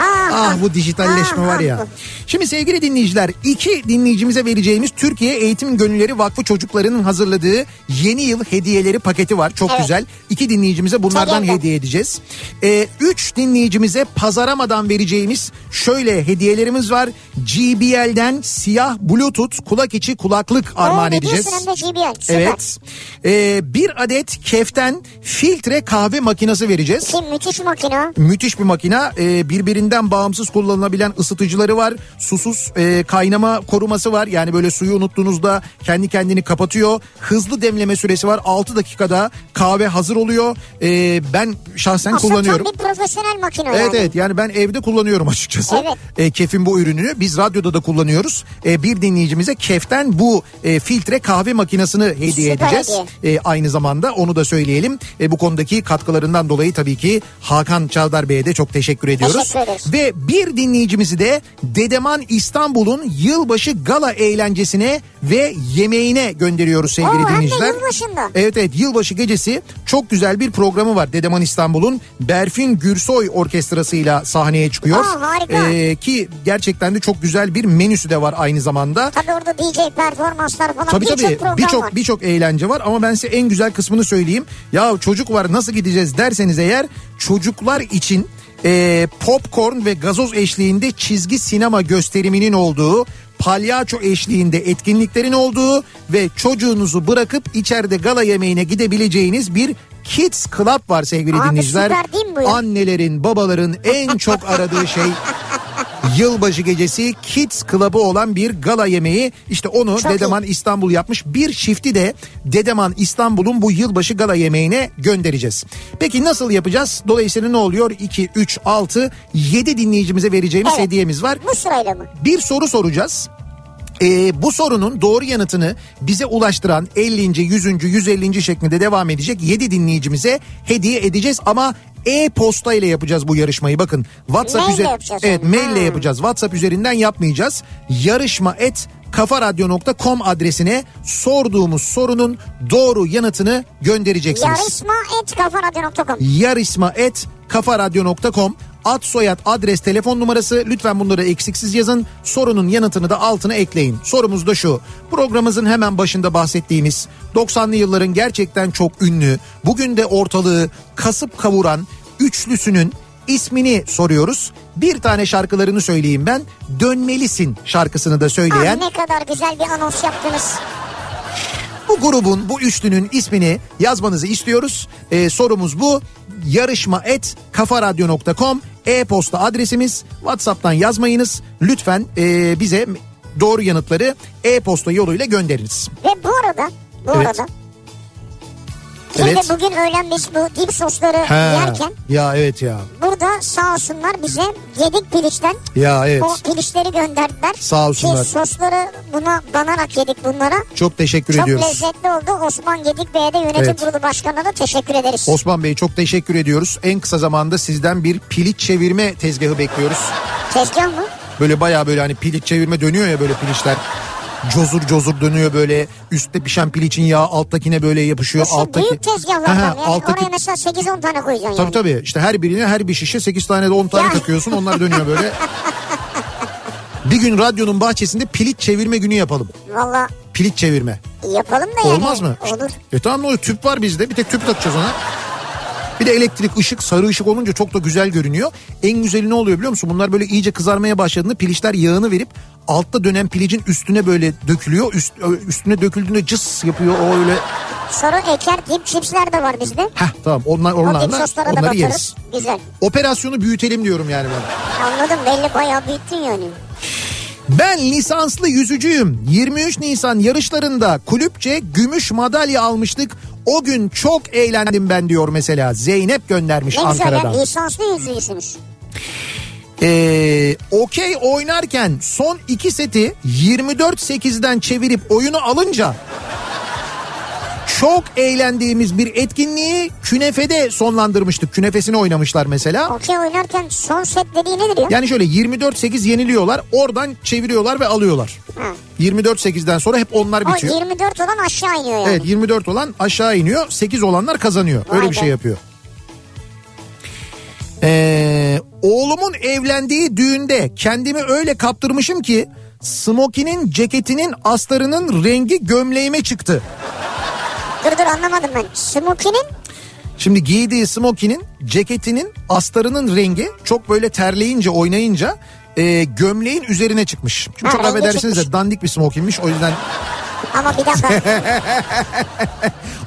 C: Ah,
B: Ah bu dijitalleşme
C: ah,
B: var
C: ah.
B: ya. Şimdi sevgili dinleyiciler iki dinleyicimize vereceğimiz Türkiye Eğitim Gönülleri Vakfı çocuklarının hazırladığı yeni yıl hediyeleri paketi var. Çok
C: Evet.
B: güzel. İki dinleyicimize bunlardan
C: Teşekkür
B: hediye edeceğiz. Ee, üç dinleyicimize pazaramadan vereceğimiz şöyle hediyelerimiz var. GBL'den siyah bluetooth kulak içi kulaklık armağan
C: ah. Oo,
B: edeceğiz.
C: Mediasın hem de GBL. Süper.
B: Evet. Ee, bir adet keften filtre kahve makinesi vereceğiz.
C: Kim müthiş makina.
B: Müthiş bir makina. Ee, birbirinden bağımsız kullanılabilen ısıtıcıları var. Susuz e, kaynama koruması var. Yani böyle suyu unuttuğunuzda kendi kendini kapatıyor. Hızlı demleme süresi var. 6 dakikada kahve hazır oluyor. E, ben şahsen
C: Aslında
B: kullanıyorum.
C: tam bir profesyonel makine o
B: Evet
C: yani.
B: evet yani ben evde kullanıyorum açıkçası.
C: Evet.
B: E, kef'in bu ürününü biz radyoda da kullanıyoruz. E, bir dinleyicimize Kef'ten bu e, filtre kahve makinesini hediye
C: Süper
B: edeceğiz. E, aynı zamanda onu da söyleyelim. E, bu konudaki katkılarından dolayı tabii ki Hakan Çaldar Bey'e de çok teşekkür ediyoruz.
C: Teşekkür ederiz.
B: Ve bir dinleyicimizi de Dedeman İstanbul'un yılbaşı gala eğlencesine ve yemeğine gönderiyoruz sevgili
C: Oo, hem de
B: dinleyiciler. E,
C: yılbaşında.
B: Evet evet yılbaşı gecesi çok güzel bir programı var. Dedeman İstanbul'un Berfin Gürsoy orkestrasıyla sahneye çıkıyor.
C: Aa, harika.
B: Ee, ki gerçekten de çok güzel bir menüsü de var aynı zamanda.
C: Tabii orada DJ performanslar falan
B: Tabii
C: birçok
B: tabii
C: program var.
B: birçok birçok eğlence var ama ben size en güzel kısmını söyleyeyim. Ya çocuk var nasıl gideceğiz derseniz eğer çocuklar için e, popcorn ve gazoz eşliğinde çizgi sinema gösteriminin olduğu palyaço eşliğinde etkinliklerin olduğu ve çocuğunuzu bırakıp içeride gala yemeğine gidebileceğiniz bir Kids Club var sevgili
C: Abi
B: dinleyiciler.
C: süper değil mi bu ya?
B: Annelerin, babaların en çok aradığı şey yılbaşı gecesi Kids Club'ı olan bir gala yemeği. İşte onu
C: Çok
B: Dedeman İstanbul yapmış. Bir şifti de Dedeman İstanbul'un bu yılbaşı gala yemeğine göndereceğiz. Peki nasıl yapacağız? Dolayısıyla ne oluyor? 2, 3, 6, 7 dinleyicimize vereceğimiz
C: Evet.
B: hediyemiz var.
C: Bu sırayla mı?
B: Bir soru soracağız. Ee, bu sorunun doğru yanıtını bize ulaştıran 50. 100. 150. şeklinde devam edecek 7 dinleyicimize hediye edeceğiz ama e-posta ile yapacağız bu yarışmayı bakın. WhatsApp
C: Maille
B: üzeri-
C: yapacağız
B: Evet,
C: yani.
B: maille
C: Hmm.
B: yapacağız. WhatsApp üzerinden yapmayacağız. Yarışma et kafaradyo.com adresine sorduğumuz sorunun doğru yanıtını göndereceksiniz
C: Yarışma et kafaradyo.com.
B: yarışma et kafaradyo.com ad soyad adres telefon numarası lütfen bunları eksiksiz yazın sorunun yanıtını da altına ekleyin sorumuz da şu programımızın hemen başında bahsettiğimiz 90'lı yılların gerçekten çok ünlü bugün de ortalığı kasıp kavuran üçlüsünün ismini soruyoruz bir tane şarkılarını söyleyeyim ben dönmelisin şarkısını da söyleyen
C: Abi Ah, ne kadar güzel bir anons yaptınız.
B: bu grubun, bu üçlünün ismini yazmanızı istiyoruz. Ee, sorumuz bu. Yarışma et kafaradyo.com e-posta adresimiz. WhatsApp'tan yazmayınız. Lütfen ee, bize doğru yanıtları e-posta yoluyla gönderiniz.
C: Ve bu arada bu
B: Evet.
C: arada Şimdi
B: Evet.
C: bugün öğlen biz bu dip sosları yerken
B: Ya evet ya.
C: burada sağ olsunlar bize yedik piliçten
B: Ya evet.
C: o piliçleri gönderdiler.
B: Sağ olsunlar.
C: Ki sosları buna banarak yedik bunlara.
B: Çok teşekkür
C: Çok
B: ediyoruz.
C: lezzetli oldu. Osman Gedik Bey'e de yönetim
B: Evet.
C: kurulu başkanına da teşekkür ederiz.
B: Osman Bey çok teşekkür ediyoruz. En kısa zamanda sizden bir piliç çevirme tezgahı bekliyoruz.
C: Tezgah mı?
B: Böyle baya böyle hani piliç çevirme dönüyor ya böyle piliçler. Cozur cozur dönüyor böyle. Üstte pişen piliçin yağı alttakine böyle yapışıyor.
C: Şu
B: alttaki...
C: büyük tezgahlardan
B: Ha, ha,
C: yani.
B: alttaki...
C: Oraya mesela 8-10 tane koyacaksın
B: Tabii
C: yani.
B: tabii işte her birine her bir şişe 8 tane de 10 tane
C: Yani.
B: takıyorsun onlar dönüyor böyle. bir gün radyonun bahçesinde piliç çevirme günü yapalım.
C: Valla
B: Piliç çevirme.
C: yapalım da yani.
B: Olmaz mı?
C: Olur.
B: E tamam ne oluyor tüp var bizde bir tek tüp takacağız ona. Bir de elektrik ışık sarı ışık olunca çok da güzel görünüyor. En güzeli ne oluyor biliyor musun? Bunlar böyle iyice kızarmaya başladığında piliçler yağını verip altta dönen pilicin üstüne böyle dökülüyor. Üst, üstüne döküldüğünde cıs yapıyor o öyle.
C: Sonra eker dip çipsler de var bizde.
B: Heh tamam onlar,
C: O dip
B: onlarla
C: soslara da
B: onları
C: bakarız.
B: yeriz.
C: Güzel.
B: Operasyonu büyütelim diyorum yani ben.
C: Anladım belli bayağı büyüttün yani.
B: Ben lisanslı yüzücüyüm. 23 Nisan yarışlarında kulüpçe gümüş madalya almıştık. O gün çok eğlendim ben diyor mesela. Zeynep göndermiş
C: Ne güzel
B: Ankara'dan.
C: yani lisanslı yüzüysünüz.
B: Ee, okey oynarken son iki seti 24-8'den çevirip oyunu alınca çok eğlendiğimiz bir etkinliği künefede sonlandırmıştık. Künefesini oynamışlar mesela.
C: Okey oynarken son set dediği nedir ya?
B: Yani şöyle 24-8 yeniliyorlar oradan çeviriyorlar ve alıyorlar.
C: Ha.
B: 24-8'den sonra hep onlar
C: O
B: bitiyor.
C: 24 olan aşağı iniyor yani.
B: Evet 24 olan aşağı iniyor 8 olanlar kazanıyor.
C: Vay
B: Öyle
C: be.
B: bir şey yapıyor. Ee, oğlumun evlendiği düğünde kendimi öyle kaptırmışım ki smokinin ceketinin astarının rengi gömleğime çıktı.
C: Dur dur anlamadım ben. Smokey'nin
B: Şimdi giydiği smokinin ceketinin astarının rengi çok böyle terleyince oynayınca e, gömleğin üzerine çıkmış. Şimdi
C: Ha,
B: çok
C: rengi
B: affedersiniz de
C: çıkmış.
B: dandik bir smokinmiş o yüzden
C: ama bir dakika.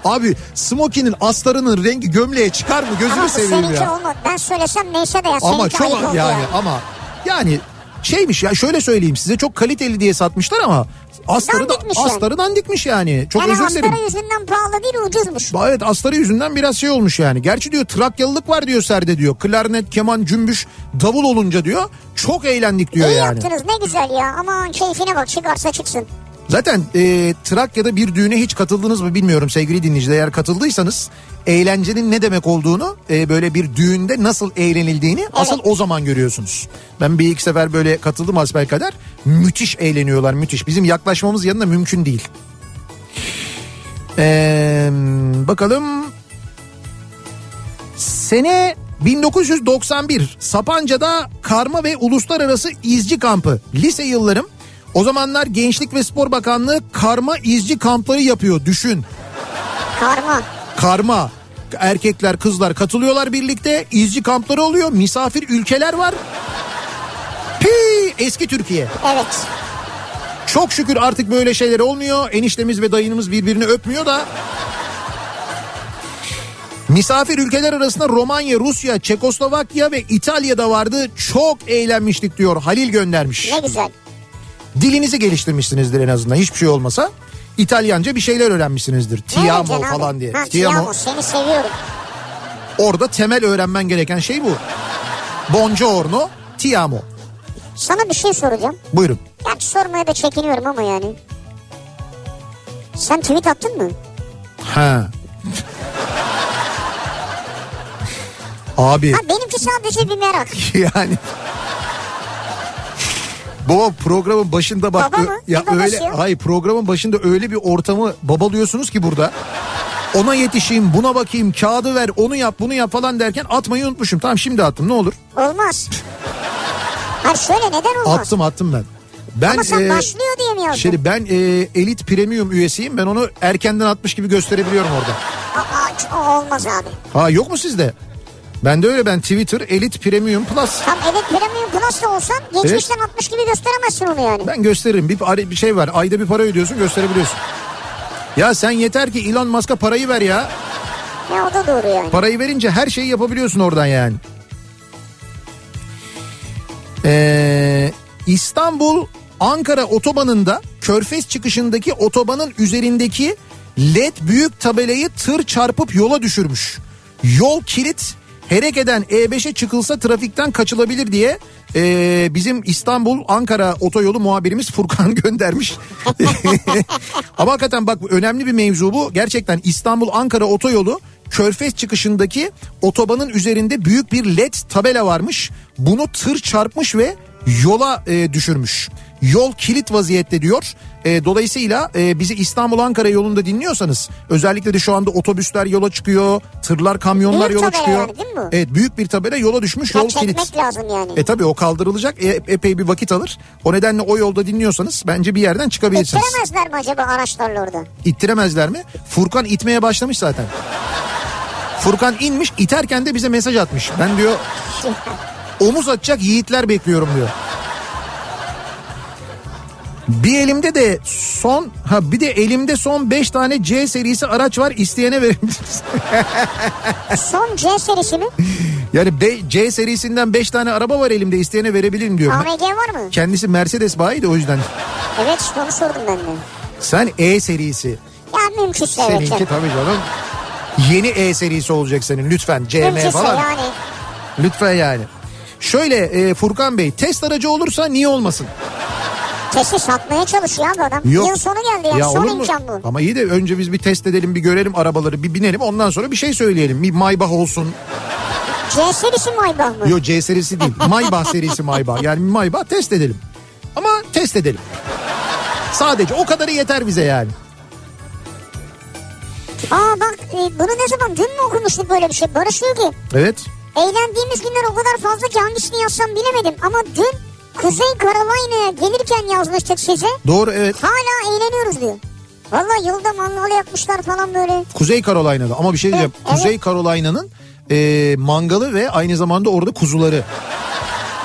B: abi smokinin astarının rengi gömleğe çıkar mı gözünü
C: ama bu
B: seveyim
C: seninki
B: şey ya.
C: olmadı. Ben söylesem neyse de ya
B: Ama
C: seninki ayıp
B: çok
C: oldu
B: yani ama Yani şeymiş ya şöyle söyleyeyim size çok kaliteli diye satmışlar ama astarı da,
C: Dandikmiş yani.
B: astarı dandikmiş yani. Çok
C: yani
B: özür dilerim.
C: hastane yüzünden pahalı değil ucuzmuş.
B: Ba- Evet astarı yüzünden biraz şey olmuş yani. Gerçi diyor Trakyalılık var diyor Serde diyor. Klarnet, keman, cümbüş, davul olunca diyor çok eğlendik diyor
C: İyi
B: yani.
C: yaptınız ne güzel ya aman keyfine bak çıkarsa çıksın.
B: Zaten e, Trakya'da bir düğüne hiç katıldınız mı bilmiyorum sevgili dinleyiciler. Eğer katıldıysanız eğlencenin ne demek olduğunu e, böyle bir düğünde nasıl eğlenildiğini asıl o zaman görüyorsunuz. Ben bir iki sefer böyle katıldım kadar Müthiş eğleniyorlar müthiş. Bizim yaklaşmamız yanına mümkün değil. Ee, bakalım Sene 1991 Sapanca'da karma ve uluslararası izci kampı. Lise yıllarım. O zamanlar Gençlik ve Spor Bakanlığı karma izci kampları yapıyor. Düşün.
C: Karma.
B: Karma. Erkekler, kızlar katılıyorlar birlikte. İzci kampları oluyor. Misafir ülkeler var. Pi eski Türkiye.
C: Evet.
B: Çok şükür artık böyle şeyler olmuyor. Eniştemiz ve dayınımız birbirini öpmüyor da. Misafir ülkeler arasında Romanya, Rusya, Çekoslovakya ve İtalya'da vardı. Çok eğlenmiştik diyor Halil göndermiş.
C: Ne güzel.
B: Dilinizi geliştirmişsinizdir en azından hiçbir şey olmasa. İtalyanca bir şeyler öğrenmişsinizdir. Tiamo
C: Nereden abi?
B: falan diye.
C: Ha,
B: Ti amo.
C: Tiamo seni seviyorum.
B: Orada temel öğrenmen gereken şey bu. Buongiorno, Tiamo.
C: Sana bir şey soracağım.
B: Buyurun.
C: Gerçi sormaya da çekiniyorum ama yani. Sen tweet attın mı?
B: Ha. Abi.
C: Ha benimki sadece bir merak.
B: yani. Baba programın başında bak
C: Baba mı?
B: ya
C: Ne babası
B: öyle
C: ya?
B: hayır programın başında öyle bir ortamı babalıyorsunuz ki burada. Ona yetişeyim, buna bakayım, kağıdı ver, onu yap, bunu yap falan derken atmayı unutmuşum. Tamam şimdi attım ne olur.
C: Olmaz. Hayır şöyle neden olmaz?
B: Attım attım ben. Ben
C: Ama sen
B: e,
C: başlıyor diye mi yazdın?
B: şimdi ben e, elit premium üyesiyim. Ben onu erkenden atmış gibi gösterebiliyorum orada.
C: Aa, hiç- aa, olmaz abi.
B: Ha yok mu sizde? Ben de öyle ben Twitter elit premium plus.
C: Tam evet Premium Plus da olsan geçmişten 60 gibi gösteremezsin onu yani.
B: Ben gösteririm. Bir, ara- bir şey var. Ayda bir para ödüyorsun gösterebiliyorsun. Ya sen yeter ki Elon Musk'a parayı ver ya.
C: Ya o da doğru yani.
B: Parayı verince her şeyi yapabiliyorsun oradan yani. Ee, İstanbul Ankara otobanında Körfez çıkışındaki otobanın üzerindeki led büyük tabelayı tır çarpıp yola düşürmüş. Yol kilit herek eden E5'e çıkılsa trafikten kaçılabilir diye ee, bizim İstanbul Ankara otoyolu muhabirimiz Furkan göndermiş. Ama hakikaten bak önemli bir mevzu bu. Gerçekten İstanbul Ankara otoyolu Körfez çıkışındaki otobanın üzerinde büyük bir led tabela varmış. Bunu tır çarpmış ve yola e, düşürmüş. Yol kilit vaziyette diyor. E, dolayısıyla e, bizi İstanbul Ankara yolunda dinliyorsanız özellikle de şu anda otobüsler yola çıkıyor, tırlar, kamyonlar
C: Büyük
B: yola
C: tabela
B: çıkıyor.
C: yani, değil mi bu?
B: Evet büyük bir tabela yola düşmüş,
C: Ya
B: yol
C: çekmek
B: kilit.
C: lazım yani.
B: E tabi o kaldırılacak E, epey bir vakit alır. O nedenle o yolda dinliyorsanız bence bir yerden çıkabilirsiniz.
C: Ettiremezler mi acaba araçlarla orada?
B: İttiremezler mi? Furkan itmeye başlamış zaten. Furkan inmiş iterken de bize mesaj atmış. Ben diyor omuz atacak yiğitler bekliyorum diyor. Bir elimde de son ha bir de elimde son 5 tane C serisi araç var isteyene verebiliriz.
C: Son C serisi mi?
B: yani B- C serisinden 5 tane araba var elimde isteyene verebilirim diyor.
C: AMG var mı?
B: Kendisi Mercedes bayiydi o yüzden.
C: Evet işte onu sordum ben de.
B: Sen E serisi.
C: Ya mümkünse evet.
B: Seninki
C: canım.
B: tabii canım. Yeni E serisi olacak senin lütfen CM
C: Mümkünse
B: falan.
C: yani.
B: Lütfen yani. Şöyle e, Furkan Bey test aracı olursa niye olmasın?
C: Kesin satmaya çalışıyor abi adam. Yıl sonu geldi yani son
B: olur mu?
C: imkan bu.
B: Ama iyi de önce biz bir test edelim bir görelim arabaları bir binelim ondan sonra bir şey söyleyelim. Bir Maybach olsun.
C: C serisi mi Aybah mı?
B: Yo C serisi değil. Maybach serisi Maybach. Yani bir Maybach test edelim. Ama test edelim. Sadece o kadarı yeter bize yani.
C: Aa bak e, bunu ne zaman dün mü okumuştuk böyle bir şey? Barış diyor ki
B: Evet.
C: eğlendiğimiz günler o kadar fazla ki hangisini yazsam bilemedim. Ama dün Kuzey Carolina'ya gelirken yazmıştık size.
B: Doğru evet.
C: Hala eğleniyoruz diyor. Valla yolda mangal yapmışlar falan böyle.
B: Kuzey Carolina'da ama bir şey diyeceğim.
C: Evet.
B: Kuzey Carolina'nın e, mangalı ve aynı zamanda orada kuzuları.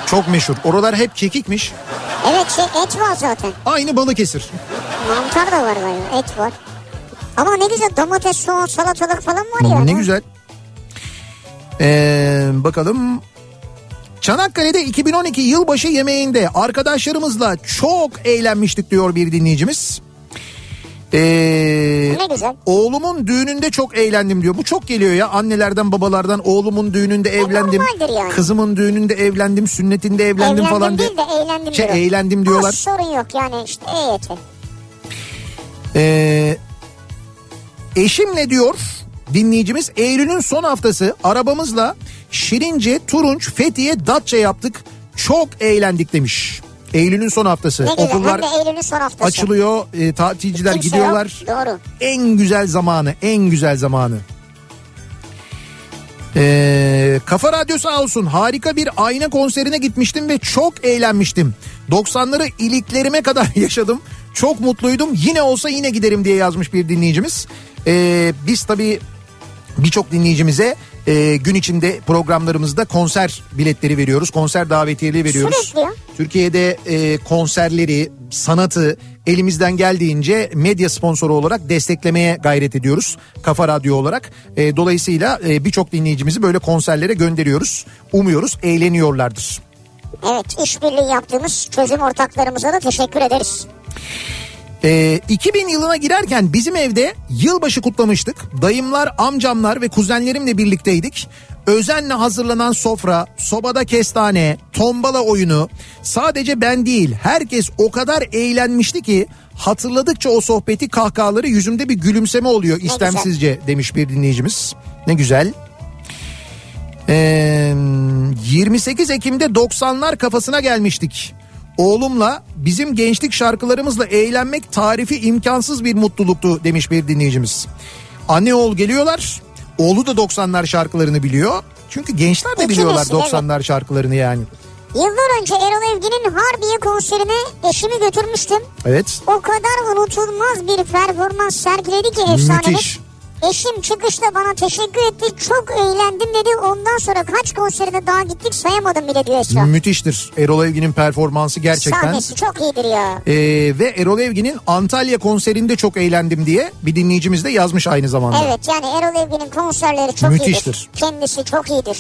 B: Çok meşhur. Oralar hep kekikmiş.
C: Evet şey et var zaten.
B: Aynı Balıkesir.
C: Mantar da var galiba et var. Ama ne güzel domates, soğan, salatalık falan var ya.
B: Ne güzel. Ee, bakalım. Çanakkale'de 2012 yılbaşı yemeğinde arkadaşlarımızla çok eğlenmiştik diyor bir dinleyicimiz. Ee,
C: Ne güzel.
B: Oğlumun düğününde çok eğlendim diyor. Bu çok geliyor ya annelerden babalardan oğlumun düğününde evlendim.
C: normaldir yani.
B: Kızımın düğününde evlendim, sünnetinde evlendim,
C: Evlendim
B: falan diye.
C: değil de eğlendim
B: Şey,
C: diyor.
B: eğlendim diyorlar.
C: Ama sorun yok yani işte EYT.
B: Ee, eşimle diyor dinleyicimiz Eylül'ün son haftası arabamızla Şirince, Turunç, Fethiye, Datça yaptık. Çok eğlendik demiş. Eylül'ün son haftası.
C: Ne güzel.
B: E, Okullar
C: Hem de Eylül'ün son haftası.
B: açılıyor, e, tatilciler
C: Kimse
B: gidiyorlar.
C: yok. Doğru.
B: En güzel zamanı, en güzel zamanı. Ee, Kafa Radyo sağ olsun harika bir ayna konserine gitmiştim ve çok eğlenmiştim. 90'ları iliklerime kadar yaşadım. Çok mutluydum. Yine olsa yine giderim diye yazmış bir dinleyicimiz. Ee, biz tabii birçok dinleyicimize e, gün içinde programlarımızda konser biletleri veriyoruz. Konser davetiyeli veriyoruz.
C: Sürekli ya.
B: Türkiye'de e, konserleri, sanatı elimizden geldiğince medya sponsoru olarak desteklemeye gayret ediyoruz. Kafa Radyo olarak. E, dolayısıyla e, birçok dinleyicimizi böyle konserlere gönderiyoruz. Umuyoruz eğleniyorlardır.
C: Evet işbirliği yaptığımız çözüm ortaklarımıza da teşekkür ederiz.
B: E, 2000 yılına girerken bizim evde yılbaşı kutlamıştık. Dayımlar, amcamlar ve kuzenlerimle birlikteydik. Özenle hazırlanan sofra, sobada kestane, tombala oyunu sadece ben değil herkes o kadar eğlenmişti ki hatırladıkça o sohbeti kahkahaları yüzümde bir gülümseme oluyor istemsizce demiş bir dinleyicimiz. Ne güzel. Ee, 28 Ekim'de 90'lar kafasına gelmiştik. Oğlumla bizim gençlik şarkılarımızla eğlenmek tarifi imkansız bir mutluluktu demiş bir dinleyicimiz. Anne oğul geliyorlar. Oğlu da 90'lar şarkılarını biliyor. Çünkü gençler de
C: İki
B: biliyorlar
C: nesil, evet.
B: 90'lar şarkılarını yani.
C: Yıllar önce Erol Evgin'in Harbiye konserine eşimi götürmüştüm.
B: Evet.
C: O kadar unutulmaz bir performans sergiledi ki efsanedir.
B: Müthiş.
C: Eşim çıkışta bana teşekkür etti. Çok eğlendim dedi. Ondan sonra kaç konserine daha gittik sayamadım bile diyor Esra.
B: Müthiştir. Erol Evgin'in performansı gerçekten.
C: Sahnesi çok iyidir ya.
B: Ee, ve Erol Evgin'in Antalya konserinde çok eğlendim diye bir dinleyicimiz de yazmış aynı zamanda.
C: Evet yani Erol Evgin'in konserleri çok
B: Müthiştir.
C: iyidir. Kendisi çok iyidir.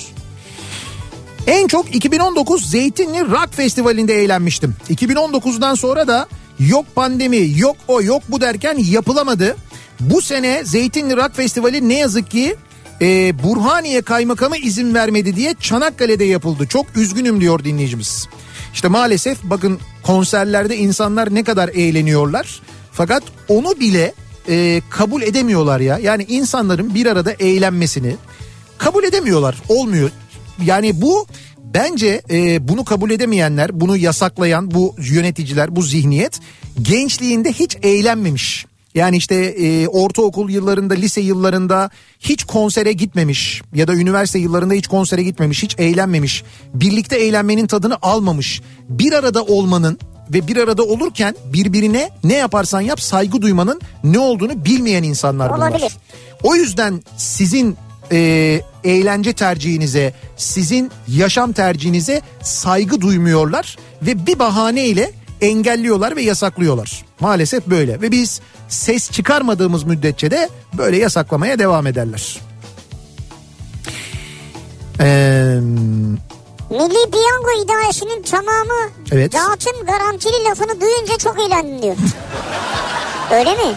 B: En çok 2019 Zeytinli Rock Festivali'nde eğlenmiştim. 2019'dan sonra da yok pandemi, yok o, yok bu derken yapılamadı. Bu sene Zeytinli Rock Festivali ne yazık ki e, Burhaniye Kaymakamı izin vermedi diye Çanakkale'de yapıldı. Çok üzgünüm diyor dinleyicimiz. İşte maalesef bakın konserlerde insanlar ne kadar eğleniyorlar. Fakat onu bile e, kabul edemiyorlar ya. Yani insanların bir arada eğlenmesini kabul edemiyorlar. Olmuyor. Yani bu bence e, bunu kabul edemeyenler, bunu yasaklayan bu yöneticiler, bu zihniyet gençliğinde hiç eğlenmemiş. Yani işte e, ortaokul yıllarında, lise yıllarında hiç konsere gitmemiş ya da üniversite yıllarında hiç konsere gitmemiş, hiç eğlenmemiş. Birlikte eğlenmenin tadını almamış. Bir arada olmanın ve bir arada olurken birbirine ne yaparsan yap saygı duymanın ne olduğunu bilmeyen insanlar bunlar.
C: Olabilir.
B: O yüzden sizin e, eğlence tercihinize, sizin yaşam tercihinize saygı duymuyorlar ve bir bahaneyle engelliyorlar ve yasaklıyorlar. Maalesef böyle ve biz ses çıkarmadığımız müddetçe de böyle yasaklamaya devam ederler. Ee,
C: Milli Piyango İdaresi'nin tamamı
B: Evet.
C: dağıtım garantili lafını duyunca çok eğlendim diyor. Öyle mi?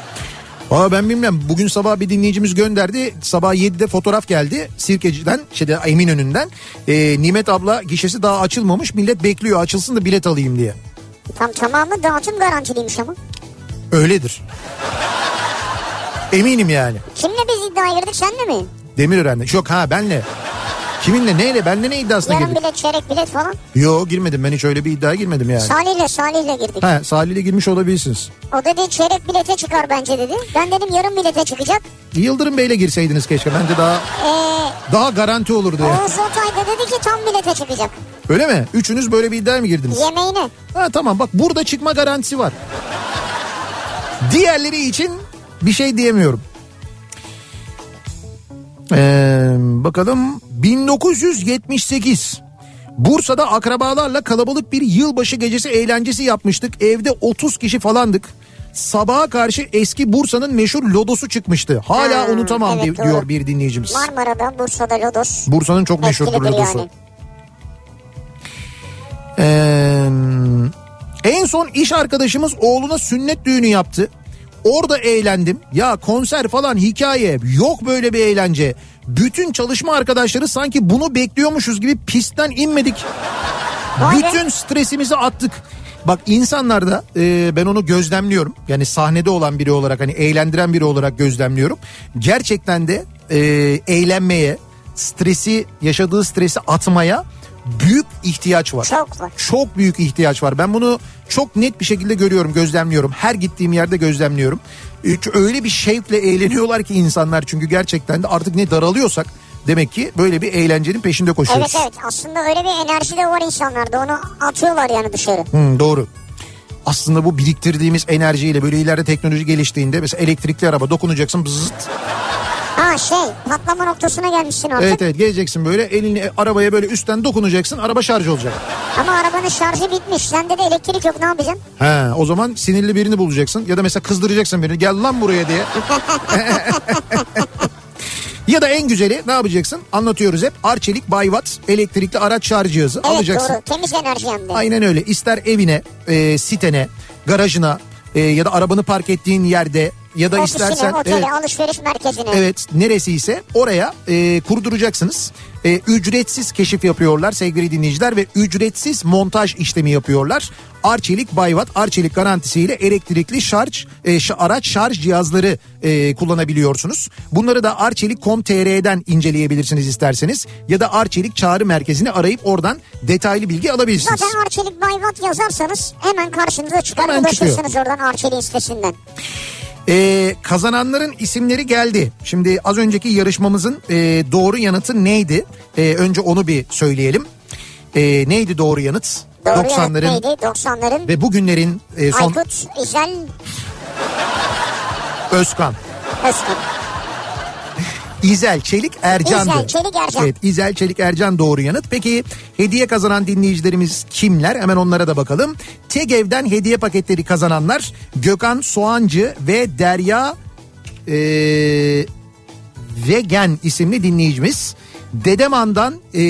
B: Aa ben bilmem bugün sabah bir dinleyicimiz gönderdi sabah 7'de fotoğraf geldi Sirkeci'den şeyde Eminönü'nden Ee, Nimet abla gişesi daha açılmamış millet bekliyor açılsın da bilet alayım diye.
C: Tam tamamı dağıtım garantiliymiş ama.
B: Öyledir. Eminim yani.
C: Kimle biz iddiaya girdik senle mi?
B: Demirören'de. Yok ha benle. Kiminle neyle benle ne iddiasına
C: Yarım
B: girdik?
C: bilet çeyrek bilet falan.
B: Yo girmedim ben hiç öyle bir iddiaya girmedim yani.
C: Salih'le Salih'le girdik.
B: Ha Salih'le girmiş olabilirsiniz.
C: O dedi çeyrek bilete çıkar bence dedi. Ben dedim yarım bilete çıkacak.
B: Yıldırım Bey'le girseydiniz keşke bence daha
C: Ee,
B: daha garanti olurdu ya.
C: Oğuz Otay da dedi ki tam bilete çıkacak.
B: Öyle mi? Üçünüz böyle bir iddiaya mı girdiniz?
C: Yemeğine.
B: Ha tamam bak burada çıkma garantisi var. Diğerleri için bir şey diyemiyorum. Ee, bakalım 1978 Bursa'da akrabalarla kalabalık bir yılbaşı gecesi eğlencesi yapmıştık. Evde 30 kişi falandık. Sabaha karşı eski Bursa'nın meşhur lodosu çıkmıştı. Hala
C: Ha,
B: unutamam
C: evet,
B: di-
C: doğru.
B: diyor bir dinleyicimiz.
C: Marmara'da Bursa'da Lodos.
B: Bursa'nın çok meşhur
C: Etkilidir
B: lodosu.
C: yani.
B: Ee, en son iş arkadaşımız oğluna sünnet düğünü yaptı. Orada eğlendim. Ya konser falan hikaye yok böyle bir eğlence. Bütün çalışma arkadaşları sanki bunu bekliyormuşuz gibi pistten inmedik.
C: Vay be.
B: Bütün stresimizi attık. Bak insanlarda e, ben onu gözlemliyorum. Yani sahnede olan biri olarak hani eğlendiren biri olarak gözlemliyorum. Gerçekten de e, eğlenmeye, stresi yaşadığı stresi atmaya büyük ihtiyaç var.
C: Çok var.
B: Çok büyük ihtiyaç var. Ben bunu çok net bir şekilde görüyorum, gözlemliyorum. Her gittiğim yerde gözlemliyorum. Üç- Öyle bir şevkle eğleniyorlar ki insanlar çünkü gerçekten de artık ne daralıyorsak demek ki böyle bir eğlencenin peşinde koşuyoruz.
C: Evet evet aslında öyle bir enerji de var insanlarda onu atıyorlar yani dışarı.
B: Hmm, doğru. Aslında bu biriktirdiğimiz enerjiyle böyle ileride teknoloji geliştiğinde mesela elektrikli araba dokunacaksın bzzzt.
C: Ha şey patlama noktasına gelmişsin artık.
B: Evet evet geleceksin böyle elini e, arabaya böyle üstten dokunacaksın araba şarj olacak.
C: Ama arabanın şarjı bitmiş sende de elektrik yok ne yapacaksın?
B: He o zaman sinirli birini bulacaksın ya da mesela kızdıracaksın birini gel lan buraya diye. ya da en güzeli ne yapacaksın anlatıyoruz hep Arçelik Bayvat elektrikli araç şarj cihazı
C: Evet
B: alacaksın.
C: doğru temiz enerji hem de.
B: Aynen öyle. İster evine, e, sitene, garajına e, ya da arabanı park ettiğin yerde ya da
C: Ofisine,
B: istersen
C: otele,
B: evet,
C: alışveriş merkezine.
B: evet neresi ise oraya e, kurduracaksınız. E, ücretsiz keşif yapıyorlar sevgili dinleyiciler ve ücretsiz montaj işlemi yapıyorlar. Arçelik Bayvat Arçelik garantisiyle elektrikli şarj e, ş- araç şarj cihazları e, kullanabiliyorsunuz. Bunları da arçelik.com.tr'den inceleyebilirsiniz isterseniz ya da Arçelik Çağrı Merkezi'ni arayıp oradan detaylı bilgi alabilirsiniz.
C: Zaten Arçelik Bayvat yazarsanız hemen karşınıza çıkar
B: Hemen çıkıyor.
C: ulaşırsınız oradan Arçelik'in sitesinden.
B: Ee, kazananların isimleri geldi. Şimdi az önceki yarışmamızın e, doğru yanıtı neydi? E, önce onu bir söyleyelim. E, neydi doğru yanıt?
C: Doğru
B: 90'ların
C: yanıt neydi? 90'ların
B: ve bugünlerin e, son
C: Aykut İzel
B: Özkan.
C: Özkan.
B: İzel Çelik Ercan'dı.
C: İzel Çelik Ercan.
B: Evet İzel Çelik Ercan doğru yanıt. Peki hediye kazanan dinleyicilerimiz kimler? Hemen onlara da bakalım. Tegev'den hediye paketleri kazananlar Gökhan Soğancı ve Derya e, Vegen isimli dinleyicimiz. Dedeman'dan e,